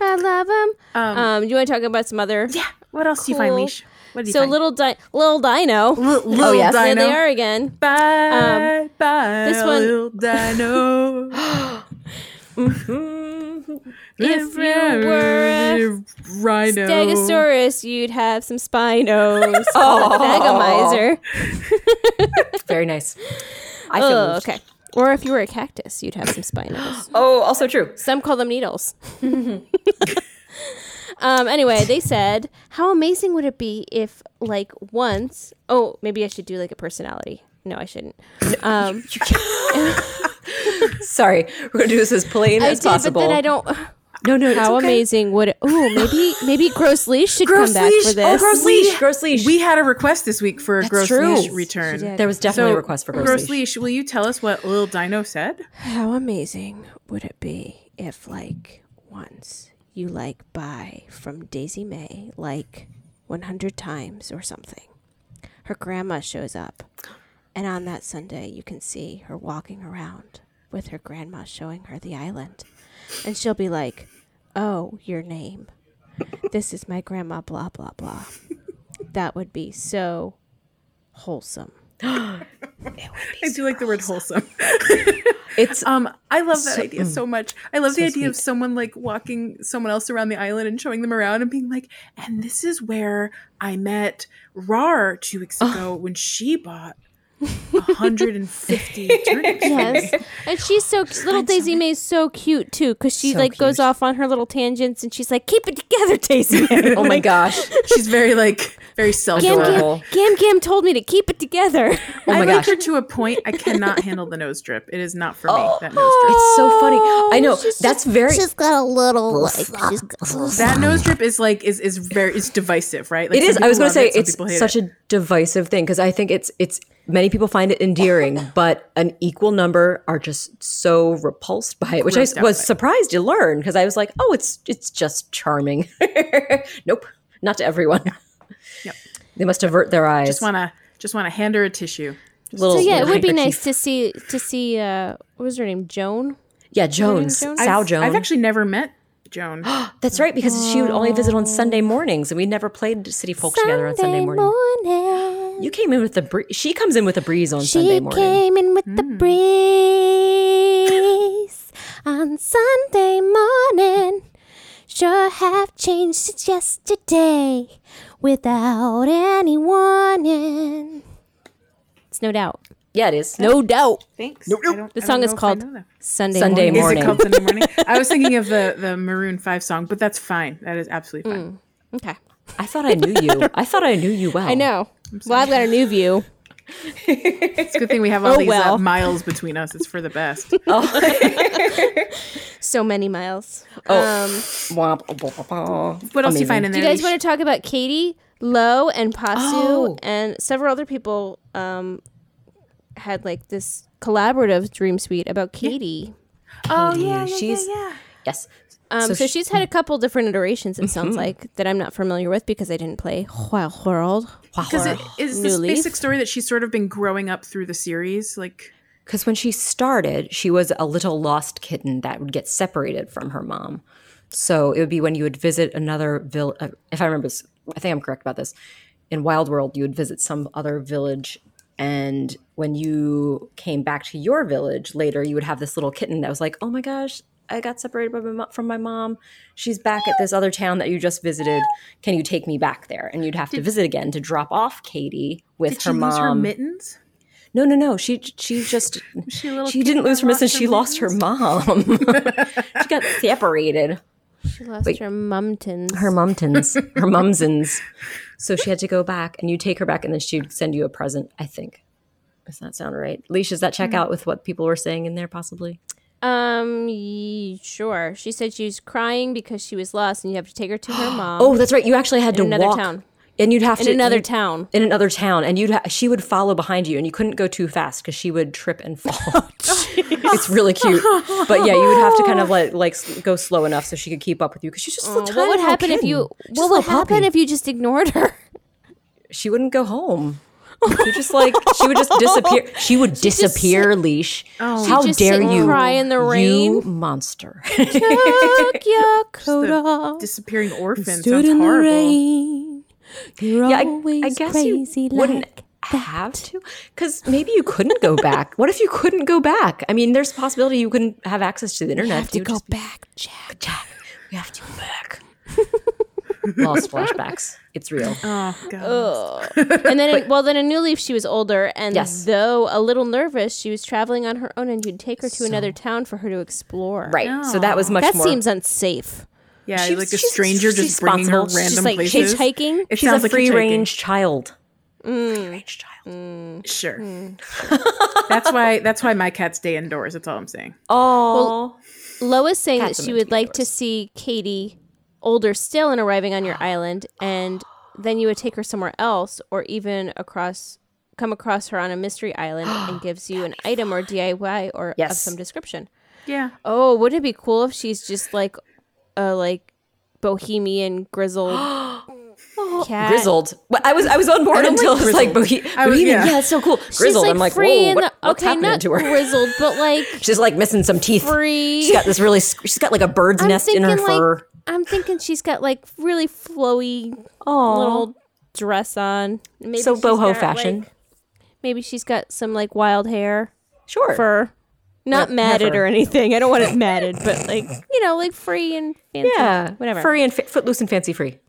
I love him. Um, Um, do you want to talk about some other? yeah. What else do you find, Cool. Leash? What do you So find? little di- little Dino. little Oh, yes. dino. Um, There they are again. Bye, bye, this one- little dino. If you were rhino, Stegosaurus, you'd have some spinos. oh, Stegomizer. Very nice. I feel Oh, moved. okay. Or if you were a cactus, you'd have some spinos. Oh, also true. Some call them needles. um, anyway, they said, how amazing would it be if, like, once? Oh, maybe I should do like a personality. No, I shouldn't. Um, Sorry, we're gonna do this as plain I as did, possible. but then I don't. no, no, it's How okay. amazing would? it... Ooh, maybe maybe Gross Leash should Gross come back Leash. for Oh, this. gross leash. Gross leash. We had a request this week for a gross true. leash return. She did. there was definitely a request for gross, gross leash. leash. Will you tell us what little dino said? How amazing would it be if, like, once you like buy from Daisy May like 100 times or something? Her grandma shows up, and on that Sunday, you can see her walking around with her grandma showing her the island. And she'll be like, Oh, your name. This is my grandma, blah, blah, blah. That would be so wholesome. I do like the word wholesome. It's Um, I love that idea so much. I love the idea of someone like walking someone else around the island and showing them around and being like, and this is where I met Rar two weeks ago when she bought 150 turnips. Yes, and she's so little Daisy May's so cute too because she So like goes cute. off on her little tangents and she's like, "Keep it together, Daisy." May." oh my gosh. She's very like very self Gam aware. Gam, Adorable. Gam Gam told me to keep it together. Oh my I gosh. like her to a point. I cannot handle the nose drip. It is not for Oh. me. That nose drip. It's so funny. Oh, I know. That's very She's got a little like she's got, That nose drip is like is is very it's divisive, right? Like it some is. I people was going to love say it, some it's people hate such it. a divisive thing because I think it's it's many people find it endearing, but an equal number are just so repulsed by it, which I Grossed out was by it. surprised to learn because I was like, oh, it's it's just charming. nope, not to everyone. Yep. They must avert their eyes. just wanna just wanna hand her a tissue. so little, yeah, it little would be handkerchief. nice to see to see uh, what was her name, Joan. Yeah, Jones, Joan? Sal Joan. I've actually never met Joan. That's right because she would only visit on Sunday Oh. mornings, and we never played City Folk together on Sunday morning. morning. You came in with the bree She comes in with a breeze on Sunday She morning. came in with the breeze on Sunday morning. Sure have changed since yesterday without any warning. It's no doubt. Yeah, it is. No doubt. Thanks. The song is called Sunday, Sunday morning. Is Morning. it called Sunday Morning? I was thinking of the the Maroon Five song, but that's fine. That is absolutely fine. Okay. I thought I knew you. I thought I knew you well. I know. Well, I've got a new view. It's a good thing we have all Oh, these uh, well. miles between us. It's for the best. So many miles. Womp, womp, womp, womp. What else do you find in Do there? you guys Leash? want to talk about Katie, Lowe, and Pasu, Oh. and several other people um, had like this collaborative dream suite about Katie. Oh yeah, yeah, Katie? yeah, She's- yeah. Yes. Um, so, Mm-hmm. So she- she's had a couple different iterations. It sounds like that I'm not familiar with because I didn't play Wild World. Because it is this New Leaf? basic story that she's sort of been growing up through the series, like. Because when she started, she was a little lost kitten that would get separated from her mom. So it would be when you would visit another village. If I remember, this- I think I'm correct about this. In Wild World, you would visit some other village. And when you came back to your village later, you would have this little kitten that was like, oh my gosh, I got separated by my mo- from my mom. She's back at this other town that you just visited. Can you take me back there? And you'd have to visit again to drop off Katie with Did she her mom. lose her mittens? No, no, no. She she just she a little she kid didn't that lose her lost mittens. her She lost her mom. she got separated. She lost her mumtins. Her mumtins, her mumsins. So she had to go back, and you take her back, and then she'd send you a present. I think. Does that sound right? Leash, does that check out with what people were saying in there? Possibly. um, ye- sure. She said she was crying because she was lost, and you have to take her to her mom Oh, that's right. You actually had to another walk, town. and you'd have in to another you'd- town. In another town, and you'd ha- she would follow behind you, and you couldn't go too fast because she would trip and Oh, fall. it's really cute, but yeah, you would have to kind of like like s- go slow enough so she could keep up with you because she's just a little What would tiny little happen if kitten. you? She's a What would little happen puppy. if you just ignored her? she wouldn't go home? You're just like she would Oh. just disappear. She would disappear, leash. How She'd just dare sit and you cry in the You rain. monster. Took your coat The off. disappearing orphan stood sounds in horrible. the rain. You're yeah, I, always I guess crazy you wouldn't like have to, because maybe you couldn't go back. what if you couldn't go back? I mean, there's a possibility you couldn't have access to the internet. have to You go just be- back, Jack. Jack, we have to go back. Lost flashbacks. It's real. Oh god. and then, in, well, then in New Leaf, she was older, and Yes. though a little nervous, she was traveling on her own, and you'd take her to another town for her to explore. Right. So that was much That more. seems unsafe. Yeah, She's- like a she's- stranger she's just bringing her responsible. She's random Just like places. hitchhiking. It she's sounds a like free hitchhiking. range child. Mm. Free range child. Sure. that's why that's why my cats stay indoors. That's all I'm saying. Oh, Lois saying Cats that are she meant to would be like to see Katie older still and arriving on your island, and then you would take her somewhere else, or even across, come across her on a mystery island, and gives you an item or DIY or of Yes. some description. Yeah. Oh, wouldn't it be cool if she's just like a like bohemian grizzled cat? grizzled. Well, I was I was on board until it was like bohe- I was- bohemian. yeah. Yeah. it's so cool. She's grizzled. I'm like, free whoa, in what, the, what's okay, happening not to her? grizzled, but like She's like missing some teeth. free. She's got this really. sc- She's got like a bird's nest in her fur. like I'm thinking she's got like really flowy Aw. little dress on. Maybe so she's boho got, fashion. like- maybe she's got some like wild hair sure. fur. Not Hair matted fur. or anything. I don't want it matted, but like you know, like free and fancy. yeah. whatever. Furry and fa- footloose and fancy free.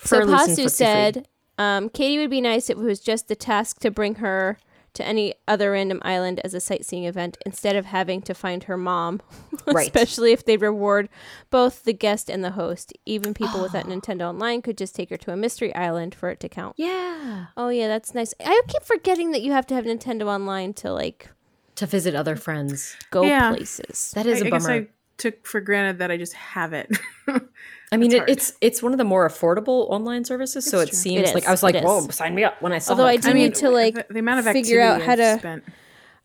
So Fur loose and Pasu footsie free. said, um, Katie would be nice if it was just the task to bring her to any other random island as a sightseeing event instead of having to find her mom. Right. Especially if they reward both the guest and the host. Even people without Nintendo Online could just take her to a mystery island for it to count. "Yeah, Oh, yeah, that's nice. I keep forgetting that you have to have Nintendo Online to like to visit other friends. go Yeah. places. That is I, a I guess bummer. I took for granted that I just have it. I mean, it, it's it's one of the more affordable online services, so it seems It like is, I was it like, is. "Whoa, sign me up!" When I saw, Although that I come do need to like the, the amount of figure out activity how I've to spent.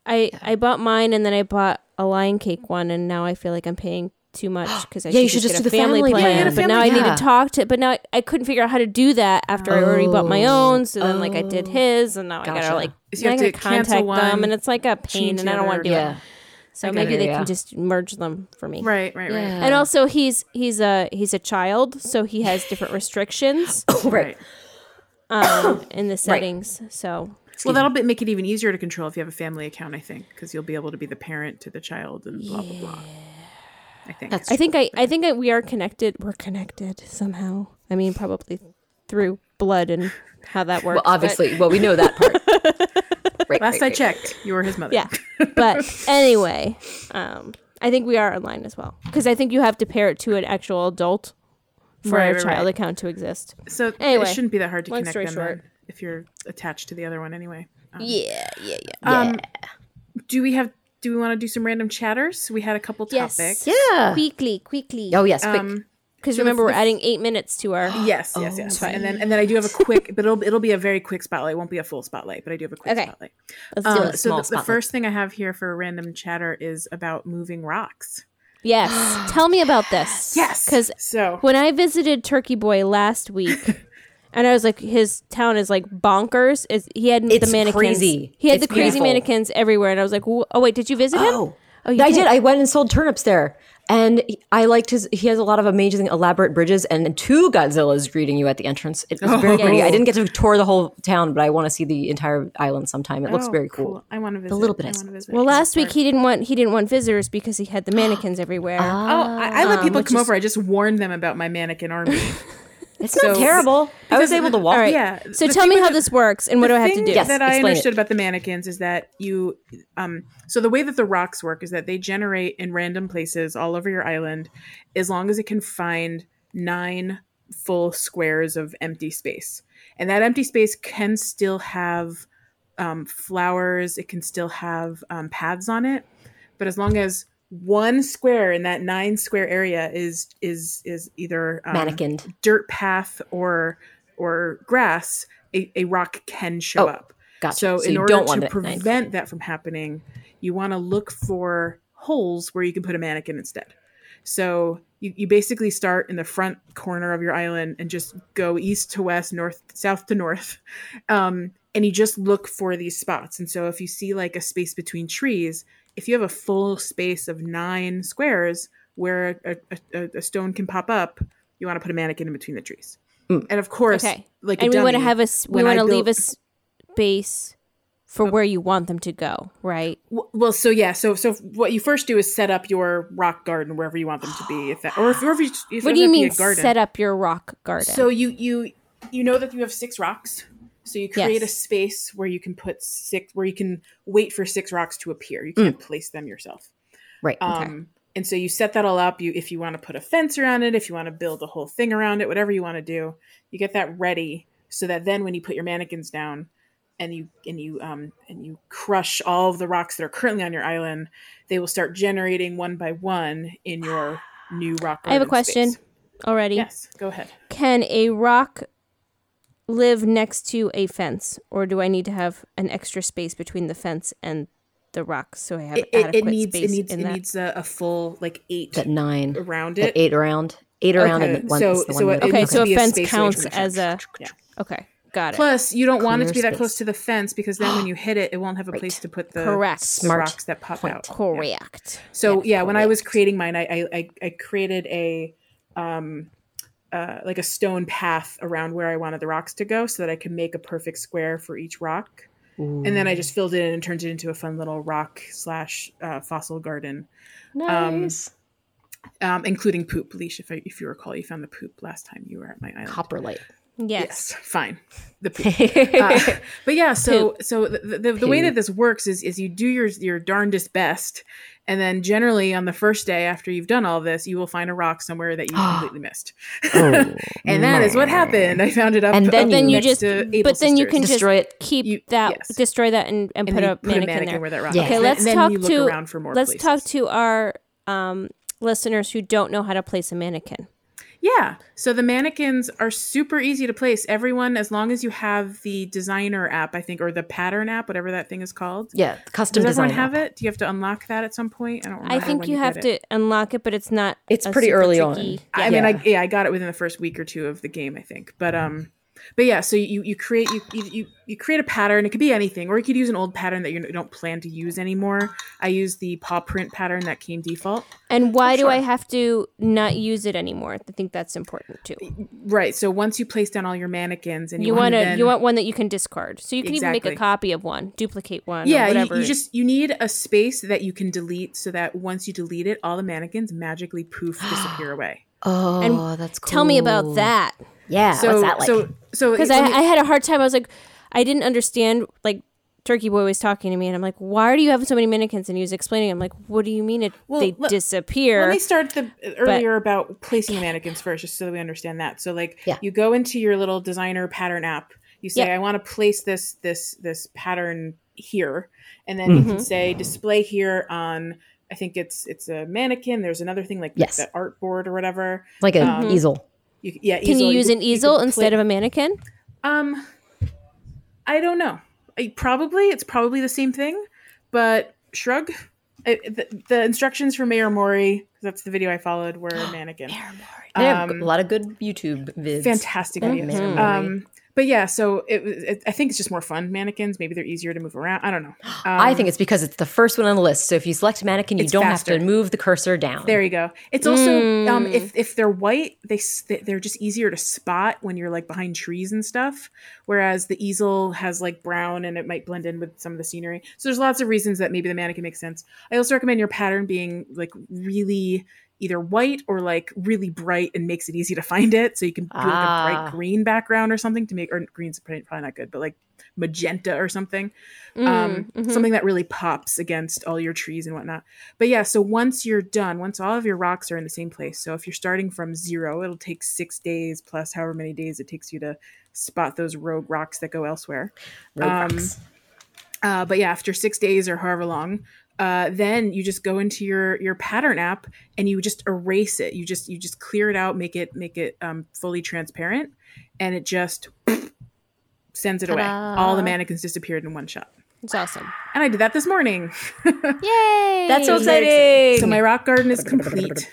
I I bought mine and then I bought a lion cake one and now I feel like I'm paying too much because I Yeah, should you should just just get do a the family, family plan. plan. But now I need Yeah. to talk to. But now I, I couldn't figure out how to do that after I already bought my own. So then like I did his and now I Oh. Gotcha. gotta like So you now I have gotta to cancel contact them one, and it's like a pain change and the I don't want other. to do it. yeah, So I maybe get it, they yeah. can just merge them for me. Right, right, right. Yeah. And also he's he's a he's a child, so he has different restrictions right. um, in the settings. So Well, that'll be, make it even easier to control if you have a family account, I think, because you'll be able to be the parent to the child and blah blah blah. I think. That's I think I, I think I, we are connected. We're connected somehow. I mean, probably through blood and how that works. Well, obviously, well, we know that part. right, Last right, I right. checked, you were his mother. but, yeah. But anyway, um, I think we are online as well because I think you have to pair it to an actual adult for Right, a right, child right. account to exist. So Anyway, it shouldn't be that hard to long connect story them then, short. if you're attached to the other one anyway. Um, Yeah, yeah, yeah. Um, do we have? Do we want to do some random chatters? We had a couple Yes. topics. Yeah. Quickly, quickly. Oh yes, quick. Um, Because remember, we're adding eight minutes to our. yes, yes, yes. And then and then I do have a quick, but it'll it'll be a very quick spotlight. It won't be a full spotlight, but I do have a quick Okay. spotlight. Let's do Um, it. so small the, the spotlight. first thing I have here for random chatter is about moving rocks. Yes. Tell me about this. Because so When I visited Turkey Boy last week, and I was like, his town is like bonkers. Is he had It's the mannequins? crazy. He had It's the crazy beautiful. mannequins everywhere, and I was like, "Wh- oh wait, did you visit him? Oh, you I did? did. I went and sold turnips there, and he- I liked his. He has a lot of amazing, elaborate bridges, and two Godzillas greeting you at the entrance. It was very pretty. Oh. I didn't get to tour the whole town, but I want to see the entire island sometime. It looks Oh, very cool. I want to visit. little bit I is- wanna visit. Well, last week he didn't want he didn't want visitors because he had the mannequins everywhere. Ah. Oh, I, I Um, let people come over. I just warned them about my mannequin army. It's So- not terrible. I was able to walk. All right. yeah, So the tell thing me with how the- this works and what do I have to thing do? Yes, that I explain it. understood about the mannequins is that you, um, so the way that the rocks work is that they generate in random places all over your island, as long as it can find nine full squares of empty space, and that empty space can still have um, flowers. It can still have um, paths on it, but as long as one square in that nine square area is is is either um, Mannequined. dirt path or or grass, a, a rock can show Oh, up. Gotcha. So, So in you order don't want to it at night. prevent that from happening, you want to look for holes where you can put a mannequin instead. So you, you basically start in the front corner of your island and just go east to west, north, south to north. Um, and you just look for these spots. And so if you see like a space between trees, if you have a full space of nine squares where a, a, a, a stone can pop up, you want to put a mannequin in between the trees. And of course, Mm. Okay. like a and we want to dummy, have a s- we when I want to leave a built- s- space for where you want them to go, right? W- Well, so yeah, so so what you first do is set up your rock garden wherever you want them to be, if that, or if, or if you, if What do you mean a garden. set up your rock garden? So you you you know that you have six rocks, so you create a Yes. space where you can put six, where you can wait for six rocks to appear. You Mm. can't place them yourself. Right. Um, And so you set that all up. You if you want to put a fence around it, if you want to build a whole thing around it, whatever you want to do, you get that ready so that then when you put your mannequins down and you and you um and you crush all of the rocks that are currently on your island, they will start generating one by one in your new rock. I have a garden question space. already. Yes, go ahead. Can a rock live next to a fence, or do I need to have an extra space between the fence and the rock so I have It, it, adequate it needs space it needs in it that? needs a, a full like eight that nine, around that it. eight around, eight around, Okay, and one. so- it's the so one it- that- okay, needs so to a be a fence space away counts from the as a Yeah. okay, got it. Plus, you don't want it to be Clear that close space. to the fence because then when you hit it, it won't have a place to put the Correct. Smart rocks that pop out. Correct. So yeah, when I was creating mine, I I, I, I created a um, uh, like a stone path around where I wanted the rocks to go, so that I could make a perfect square for each rock. And then I just filled it in and turned it into a fun little rock slash uh, fossil garden, nice. um, including poop. Leash, if I, if you recall, you found the poop last time you were at my island. Copperlight. Yes. Yes, fine. The poop. Oh, Uh, Ah, but yeah, so so the, the, the way that this works is is you do your your darndest best, and then generally on the first day after you've done all this, you will find a rock somewhere that you completely missed, Oh, and that is what happened. I found it up, And then up you- Then you next just, to but Able then you can Sisters. just Destroy it. keep You- that, yes. destroy that, and, and, and put, you a mannequin there. where that rock. Yeah. is. Okay, And let's then talk you look to around for more. let's places. talk to our um, listeners who don't know how to place a mannequin. Yeah. So the mannequins are super easy to place. Everyone, as long as you have the designer app, I think, or the pattern app, whatever that thing is called. yeah, custom Does everyone design. have it? Do you have to unlock that at some point? I don't remember. I think when you did have it. to unlock it, but it's not. It's a pretty super early on. tricky- I I Yeah. mean, Yeah. I yeah, I got it within the first week or two of the game, I think. But um, but yeah, so you you create you you you, you create a pattern. It could be anything, or you could use an old pattern that you don't plan to use anymore. I use the paw print pattern that came default. And why do I have to not use it anymore? I think that's important too. Right. So once you place down all your mannequins and you, You want want to you want one that you can discard, so you can even make Exactly. a copy of one, duplicate one, or yeah, you, whatever. you just you need a space that you can delete, so that once you delete it, all the mannequins magically poof disappear away. Oh, And that's cool. tell me about that Yeah, So what's that like? so so because I, let me- I had a hard time. I was like, I didn't understand like. Turkey Boy was talking to me, and I'm like, "Why do you have so many mannequins?" And he was explaining. I'm like, "What do you mean? It they let- disappear?" Let me start the earlier about placing the mannequins first, just so that we understand that. So, like, Yeah. you go into your little designer pattern app. You say, Yeah. "I want to place this this this pattern here," and then Mm-hmm. you can say, "Display here on." I think it's it's a mannequin. There's another thing like Yes. the art board or whatever. like an easel. You, yeah, Can you use an easel instead of a mannequin? Um, I don't know. I, probably it's probably the same thing, but shrug. I, the, the instructions for Mayor Mori, that's the video I followed, were mannequin. They have um, a lot of good YouTube vids. fantastic Mhm. videos. Mhm. Um, but yeah, so it, was- it, I think it's just more fun mannequins. Maybe they're easier to move around. I don't know. Um, I think it's because it's the first one on the list. So if you select mannequin, you It's don't faster. have to move the cursor down. there you go. It's also um, if if they're white, they s- they're just easier to spot when you're like behind trees and stuff. Whereas the easel has like brown and it might blend in with some of the scenery. So there's lots of reasons that maybe the mannequin makes sense. I also recommend your pattern being like really either white or like really bright and makes it easy to find it. So you can do like a Ah. bright green background or something to make or green's probably probably not good, but like magenta or something um, something that really pops against all your trees and whatnot. But yeah, so once you're done, once all of your rocks are in the same place, so if you're starting from zero, it'll take six days plus however many days it takes you to spot those rogue rocks that go elsewhere. Roblox. Uh, but yeah, after six days or however long, uh, then you just go into your your pattern app and you just erase it. You just you just clear it out, make it make it um, fully transparent, and it just sends it away. All the mannequins disappeared in one shot. It's awesome. And I did that this morning. Yay! That's so Very exciting. exciting. So my rock garden is complete.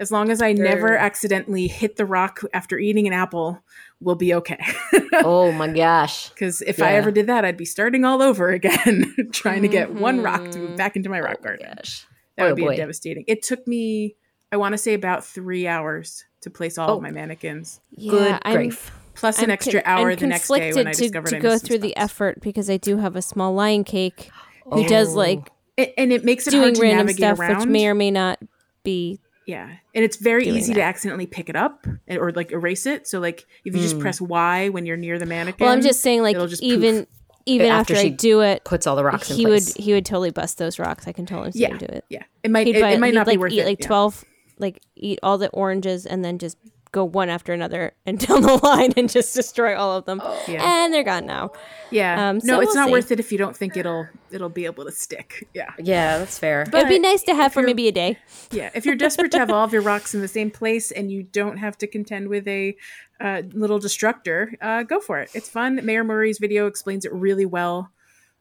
As long as I never accidentally hit the rock after eating an apple, we'll be okay. Oh my gosh. Because if I ever did that, I'd be starting all over again, trying to get one rock Mm-hmm. to back into Oh, my rock garden. Gosh. That Boy, would be boy. devastating. It took me, I want to say, about three hours to place all Oh. of my mannequins, Yeah, Good I'm- grief. plus an I'm extra con- hour I'm the next day when conflicted I to, discovered to I go missed some through the spots. effort because I do have a small lion cake who does like It- and it makes Oh. it doing hard to random navigate stuff, around. which may or may not be. Yeah. And it's very doing easy that. to accidentally pick it up and- or like erase it. So like if you just press Y when you're near the mannequin. Hmm. Well, I'm just saying, like it'll just poof. even even After after, I she do it, puts all the rocks in he place. would he would totally bust those rocks. I can tell him yeah, to do it. Yeah. It might He'd it, buy- it might he'd, not like, be worth eat it. like yeah. twelve, like eat all the oranges and then just go one after another and down the line and just destroy all of them. Oh. Yeah. And they're gone now. Yeah. Um, no, so it's we'll not see. worth it if you don't think it'll it'll be able to stick. Yeah. Yeah, that's fair. It'd be But nice to have for you're- maybe a day. Yeah. If you're desperate to have all of your rocks in the same place and you don't have to contend with a uh, little destructor, uh, go for it. It's fun. Mayor Murray's video explains it really well.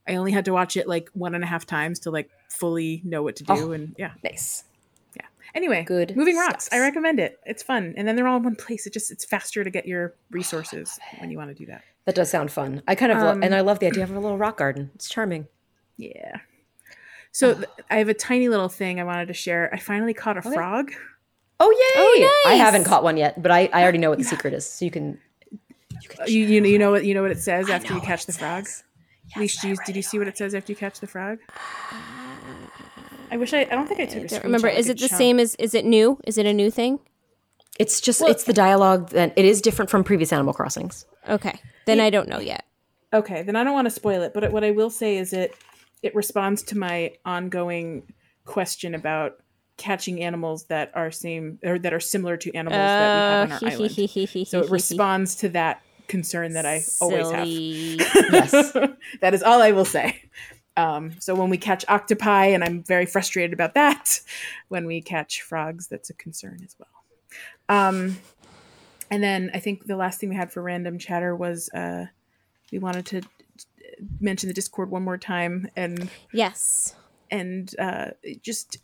I only had to watch it like one and a half times to like fully know what to do. Oh. And yeah. nice. Anyway, Good Moving Rocks. stuff. I recommend it. It's fun, and then they're all in one place. It just it's faster to get your resources when you want to do that. That does sound fun. I kind of lo- and I love the idea of a little rock garden. It's charming. Yeah. So th- I have a tiny little thing I wanted to share. I finally caught a frog. Oh yay! I nice. haven't caught one yet, but I, I already know what the secret is. So you can You you know, you know what you know what it says after you catch the frog. Leash used. Did you see what it says after you catch the frog? I wish I. I don't think I took. a Don't remember. screenshot. I Is it could the show. same as? Is it new? Is it a new thing? it's just it's the dialogue that it is different from previous Animal Crossings. Okay, then I don't know yet. Okay, then I don't want to spoil it, but what I will say is it it responds to my ongoing question about catching animals that are same or that are similar to Uh, animals that we Ah, have on our island. So it responds to that concern that I always have. Yes. have. that is all I will say. Um, so when we catch octopi, and I'm very frustrated about that. When we catch frogs, that's a concern as well. Um, and then I think the last thing we had for random chatter was uh, we wanted to mention the Discord one more time and Yes. and uh, just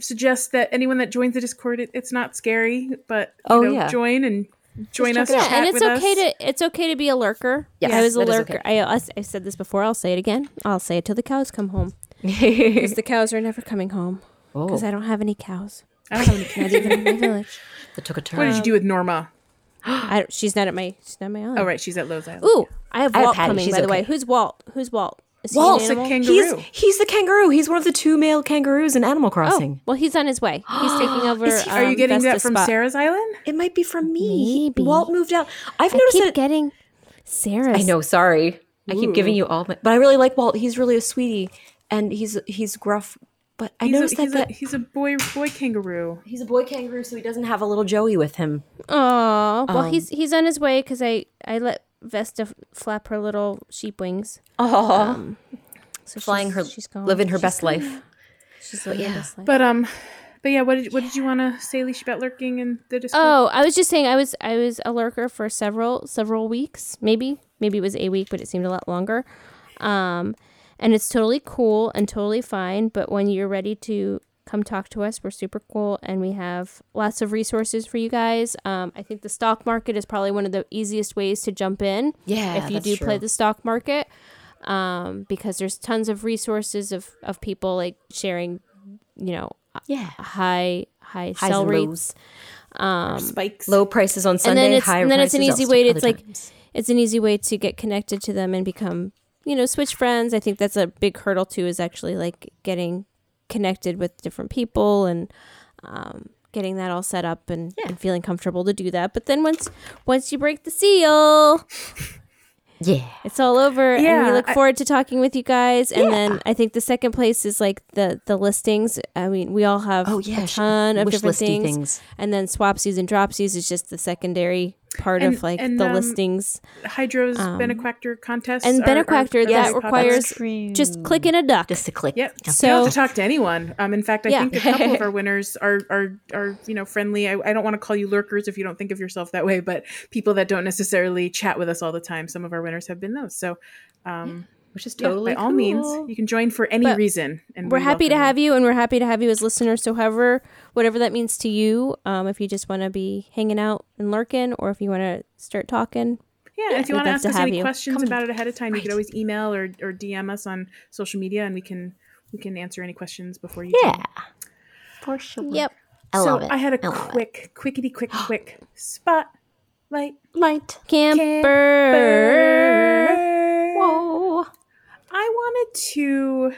suggest that anyone that joins the Discord, it, it's not scary, but you Oh, know, yeah. join and join us. Yeah, chat and it's with okay us. to it's okay to be a lurker. Yes, I was a that is lurker. I, I I said this before. I'll say it again. I'll say it till the cows come home. 'Cause the cows are never coming home oh, because I don't have any cows. I don't have any Not even in my village. that took a turn. What um, did you do with Norma? I don't, she's not at my she's not at my island. Oh, right, she's at Lowe's Island. Ooh, I have I have Walt Patty. coming She's by the way. okay. Who's Walt? Who's Walt? Is he Walt's an It's a animal? He's kangaroo. he's the kangaroo. He's one of the two male kangaroos in Animal Crossing. Oh, Well, he's on his way. He's taking over. Is he- Are you um, getting that Vesta's from spot. Sarah's Island? It might be from me. Maybe. Walt moved out. I've I noticed keep that getting Sarah's. I know. Sorry, I keep giving you all my. But I really like Walt. He's really a sweetie, and he's he's gruff. But I He's, noticed a, that he's, that a, he's a boy boy kangaroo. he's a boy kangaroo, so he doesn't have a little Joey with him. Oh well, Um, he's he's on his way because I I let Vesta f- flap her little sheep wings. Um, Oh, So flying her, she's- she's gone. living her She's best gone. life. She's living her best life. But um, but yeah, what did what did you want to say, Leash, about lurking in the Discord? Oh, I was just saying I was I was a lurker for several several weeks, maybe maybe it was a week, but it seemed a lot longer. Um, and it's totally cool and totally fine. But when you're ready to come talk to us, we're super cool and we have lots of resources for you guys. Um, I think the stock market is probably one of the easiest ways to jump in. Yeah, if you that's do play true. the stock market. Um, because there's tons of resources of, of people like sharing, you know, Yeah, high high highs sell and rates. lows. spikes. Low prices on And Sunday, then it's high and then it's an prices easy else- way to other it's like times. it's an easy way to get connected to them and become you know switch friends. I think that's a big hurdle too is actually like getting connected with different people and um, getting that all set up and, and feeling comfortable to do that. But then once once you break the seal, yeah, it's all over and we Yeah, look I- forward to talking with you guys and then i think the second place is like the the listings i mean we all have Oh, yeah, a sh- ton of wish different listy things. things. and then swapsies and dropsies is just the secondary part of And- like and, the um, listings Hydro's Benequactor contest um, and benefactor that yes, that's requires just clicking a duck just to click. Yep. So- you don't have to talk to anyone. Um, in fact, I Yeah. think a couple of our winners are are are you know friendly. I, I don't want to call you lurkers if you don't think of yourself that way, but people that don't necessarily chat with us all the time. Some of our winners have been those. So, um, which is Yeah, totally by all means, cool. you can join for any But reason. And we're we happy to welcome have you and we're happy to have you as listeners so however whatever that means to you um, if you just want to be hanging out and lurking or if you want to start talking Yeah, if you We'd want to love ask to us have any you. questions about it ahead of time, you could always email or, or DM us on social media, and we can we can answer any questions before you. Yeah. do. For sure. yep I so love it. I had a I love it. quick, quickity, quick, quick spotlight. Light. camper Whoa. I wanted to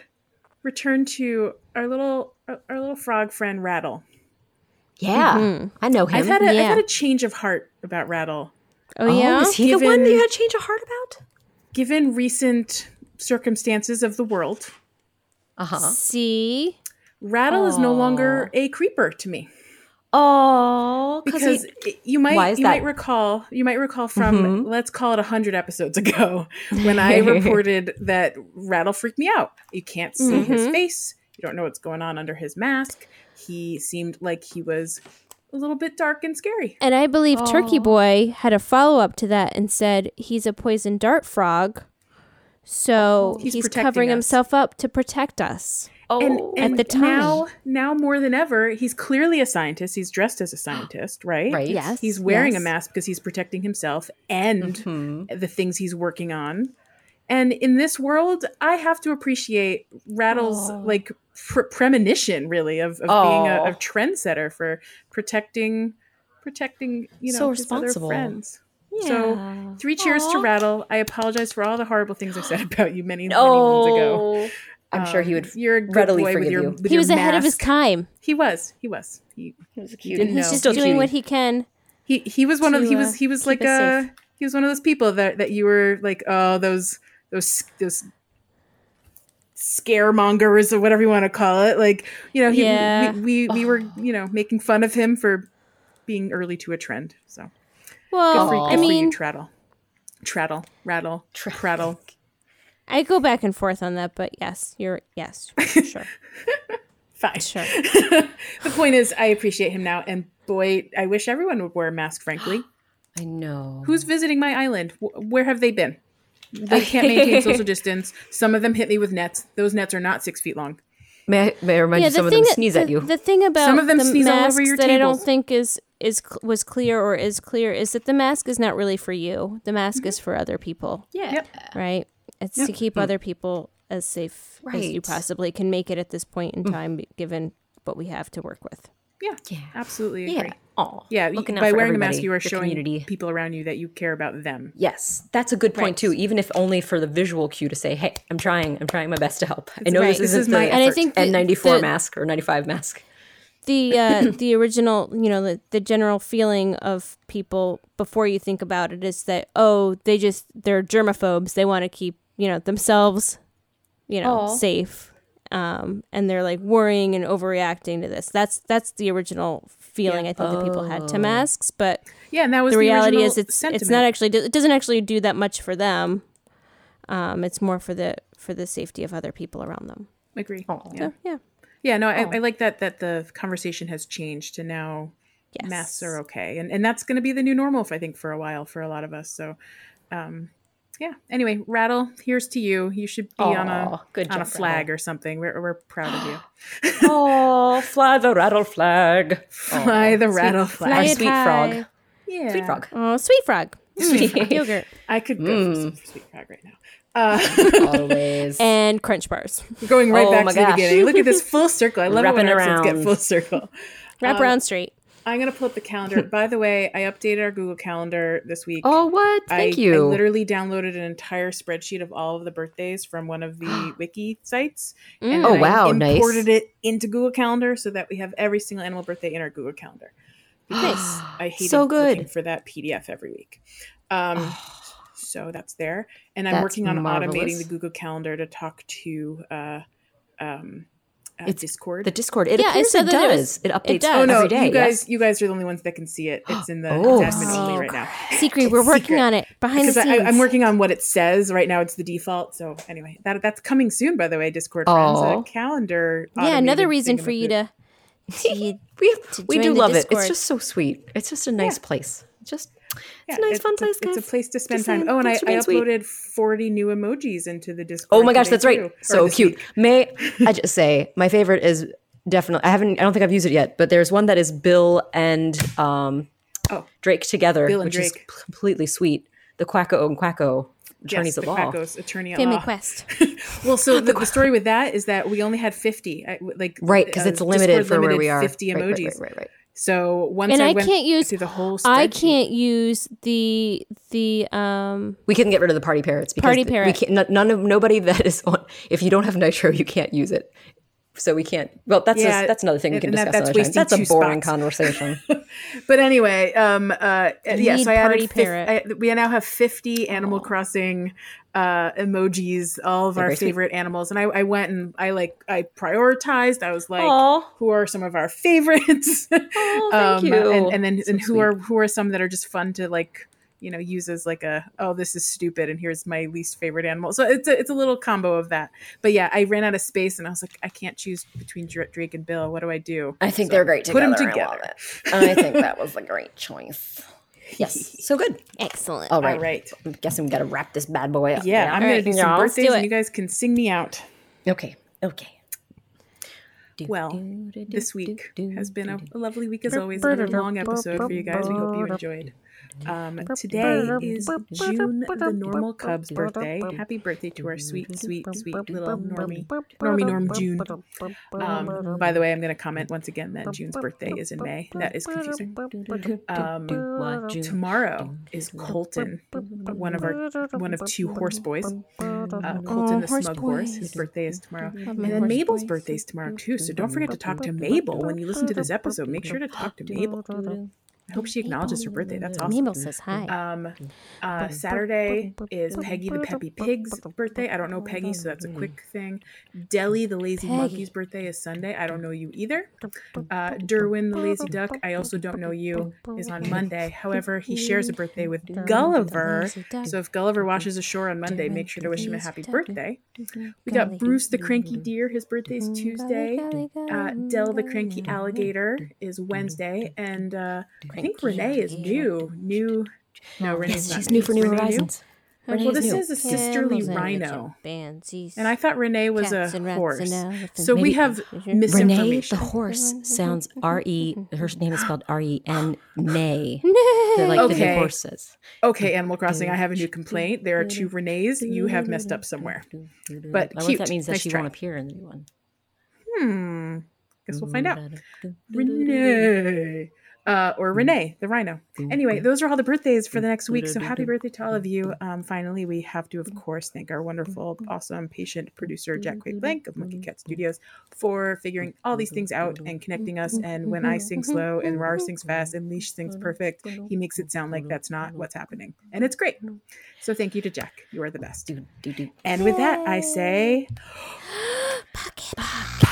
return to our little our, our little frog friend Rattle. Yeah. Mm-hmm. I know him. I've had a have Yeah. had a change of heart about Rattle, oh yeah Is he the one Given- that you had change of heart about? given recent circumstances of the world. Uh huh. see Rattle is no longer a creeper to me. Oh, because it- you might Why is you that? Mm-hmm. might recall you might recall from let's call it 100 episodes ago when i reported that rattle freaked me out you can't see his Mm-hmm. face you don't know what's going on under his mask he seemed like he was a little bit dark and scary and i believe Oh. turkey boy had a follow-up to that and said he's a poison dart frog so Oh, He's he's, protecting covering us. himself up to protect us oh, and, and the time. now now more than ever he's clearly a scientist he's dressed as a scientist right right. yes he's wearing a yes. mask because he's protecting himself and Mm-hmm. the things he's working on and in this world i have to appreciate rattles like pre- premonition really of, of being a, Oh. a trendsetter for protecting protecting you know So his other responsible. friends so three cheers to rattle i apologize for all the horrible things i said about you many many moons ago Oh, I'm sure he Um, would. you're a good readily boy with forgive your, you. with he your was ahead of his mask. time he was he was he, He was a didn't he's know. just Still doing what cutie. he can he he was one of to, he uh, was he was keep like us uh safe. he was one of those people that that you were like oh those those those scaremongers or whatever you want to call it like you know he, Yeah. Oh. we we, we were you know making fun of him for being early to a trend so well Free- good i for you, mean traddle traddle rattle traddle I go back and forth on that, but yes, you're yes, sure, fine sure. the point is i appreciate him now and boy i wish everyone would wear a mask frankly I know. Who's visiting my island? Wh- Where have they been? They can't maintain social distance. Some of them hit me with nets. Those nets are not six feet long. May I, may I remind yeah, you? Some the of thing them that- sneeze the, at you. The thing about Some of them the sneeze all over masks your that I don't tables. think is is cl- was clear or is clear is that the mask is not really for you. The mask Mm-hmm. is for other people, yeah. Yep. right? It's to keep other people as safe as you Right. possibly can make it at this point in time, given what we have to work with. Yeah, Yeah. absolutely agree. Yeah. Oh. Yeah, y- Looking out by for wearing a everybody, mask, you are the showing community. people around you that you care about them. Yes, that's a good point too. Even if only for the visual cue to say, "Hey, I'm trying. I'm trying my best to help." I know right. this This isn't is my the And I effort. think the- N94 the- mask or 95 mask. the uh, the original you know the, the general feeling of people before you think about it is that oh they just they're germaphobes they want to keep you know themselves you know safe um, and they're like worrying and overreacting to this that's that's the original feeling i think that people had to masks but Yeah, and that was the the, reality original is it's it's sentiment. not actually it doesn't actually do that much for them um, it's more for the for the safety of other people around them agree. Yeah. so yeah yeah, no, I, I like that that the conversation has changed to now masks are okay, and and that's going to be the new normal, if I think, for a while for a lot of us. So, um, yeah. Anyway, rattle. Here's to you. You should be on a Aw, good on a job, flag or something. We're we're proud of you. Oh, fly the rattle flag. Fly the rattle Our flag. it sweet high. frog. Yeah. Sweet frog. Mm. oh sweet frog Mm, yogurt I could go for some sweet frog right now. Always. and crunch bars. We're going right Oh back my to the gosh. beginning. Look at this full circle. I love it when Wrapping episodes get around. full circle. Wrap Um, around straight. I'm gonna pull up the calendar. By the way, I updated our Google Calendar this week. oh, what? I- Thank I you. literally downloaded an entire spreadsheet of all of the birthdays from one of the wiki sites. And Oh, then I wow, nice. imported it into Google Calendar so that we have every single animal birthday in our Google Calendar. Because I hated So good. looking for that PDF every week. Um, so that's there, and I'm That's working on automating marvelous. the Google Calendar to talk to uh, um, uh, It's Discord. the Discord. It Yeah, it appears said it that it does. was- It, updates does. Oh Oh, no, every day. you guys, you guys are the only ones that can see it. It's in the Oh, it's admin only right now. Secret, we're working secret. on it behind the Because scenes. I, I'm working on what it says right now. It's the default. So anyway, that that's coming soon. By the way, Discord Oh. friends, a calendar. yeah, another automated reason for you thingamaboop. to. to you- we, we join do the love it. Discord. It's just so sweet. It's just a nice place. Just it's a nice, it's, fun it's a- place, guys. It's a place to spend Just time. saying, Oh, and I, thanks for I being sweet. uploaded 40 new emojis into the Discord. Oh my gosh, today, that's right. too, or So this cute. week. May I just say my favorite is definitely I haven't I don't think I've used it yet, but there's one that is Bill and um Oh. Drake together, Bill and which is Drake. p- completely sweet. The Quacko and Quacko attorneys yes, at the law. Quacko's attorney at Family law. quest. Well, so the, the story with that is that we only had 50. I, like Right, because uh, it's limited Discord for where limited we are. 50 emojis. Right, right, right, right, right. So once And I, I went can't use- through the whole. I spreadsheet- can't use the the um We can get rid of the party parrots because Party th- parrot. We can't, no- none of nobody that is on. If you don't have nitro, you can't use it. So we can't. Well, that's a- Yeah, that's another thing we can and that- discuss that's wasting another time. That's two a boring spots. conversation. But anyway, um, uh, yeah. need So I added. Party fif- Parrot. I, we now have fifty Animal Crossing uh, emojis, all of They're our very sweet. favorite animals, and I, I went and I like I prioritized. I was like, Aw. who are some of our favorites? Um, thank you. And, and then So and who sweet. are who are some that are just fun to like you know use as like a oh this is stupid and here's my least favorite animal. So it's a, it's a little combo of that. But yeah, I ran out of space and I was like, I can't choose between Dra- Drake and Bill. What do I do? I think they're great put 'em I love it. I think that was a great choice. yes. So good. excellent. All right. All right. I'm guessing we got to wrap this bad boy up. Yeah, I'm gonna right, do yeah, some let's do birthdays, it. and you guys can sing me out. Okay. Okay. Well, this week has been a, a lovely week as always. burr, Another burr, long burr, episode for you guys. We hope you enjoyed. Um, today is June, the normal Cub's birthday. Happy birthday to our sweet, sweet, sweet little normie, normie norm June. Um, by the way, I'm going to comment once again that June's birthday is in May. That is confusing. Um, tomorrow is Colton, one of our one of two horse boys. Uh, Colton Aw, the Oh, horse smug horse. boys. His birthday is tomorrow, Love and my then horse Mabel's boys. birthday is tomorrow too. So don't forget to talk to Mabel when you listen to this episode. Make sure to talk to Mabel. I hope she acknowledges her birthday. That's awesome. Mabel says hi. Um, uh, Saturday is Peggy the Peppy Pig's birthday. I don't know Peggy, so that's a quick thing. Deli the Lazy Monkey's birthday is Sunday. I don't know you either. Uh, Derwin the Lazy Duck, I also don't know you, is on Monday. However, he shares a birthday with Gulliver. So if Gulliver washes ashore on Monday, make sure to wish him a happy birthday. We got Bruce the Cranky Deer. His birthday's Tuesday. Uh, Dell the Cranky Alligator is Wednesday. And uh, I think Renee is new. New. No, Renee's Yes, not she's new for New Renee Horizons. Well, this is a sisterly rhino. And I thought Renee was a horse. So we have Renee the misinformation. horse sounds R E. Her name is spelled R E N Nay. They're like E the Okay. new horses. Okay, Animal Crossing, I have a new complaint. There are two Renees. You have messed up somewhere. But I wonder cute. if that means that nice she try. won't appear in the new one. Hmm. Guess we'll find out. Renee. Uh, or Renee, the rhino. Anyway, those are all the birthdays for the next week. So happy birthday to all of you. Um, finally, we have to, of course, thank our wonderful, awesome, patient producer, Jack Quaid Blank of Monkey Cat Studios for figuring all these things out and connecting us. And when I sing slow and Rar sings fast and Leash sings perfect, he makes it sound like that's not what's happening. And it's great. So thank you to Jack. You are the best. Do, do, do. And with that, I say. Pocket.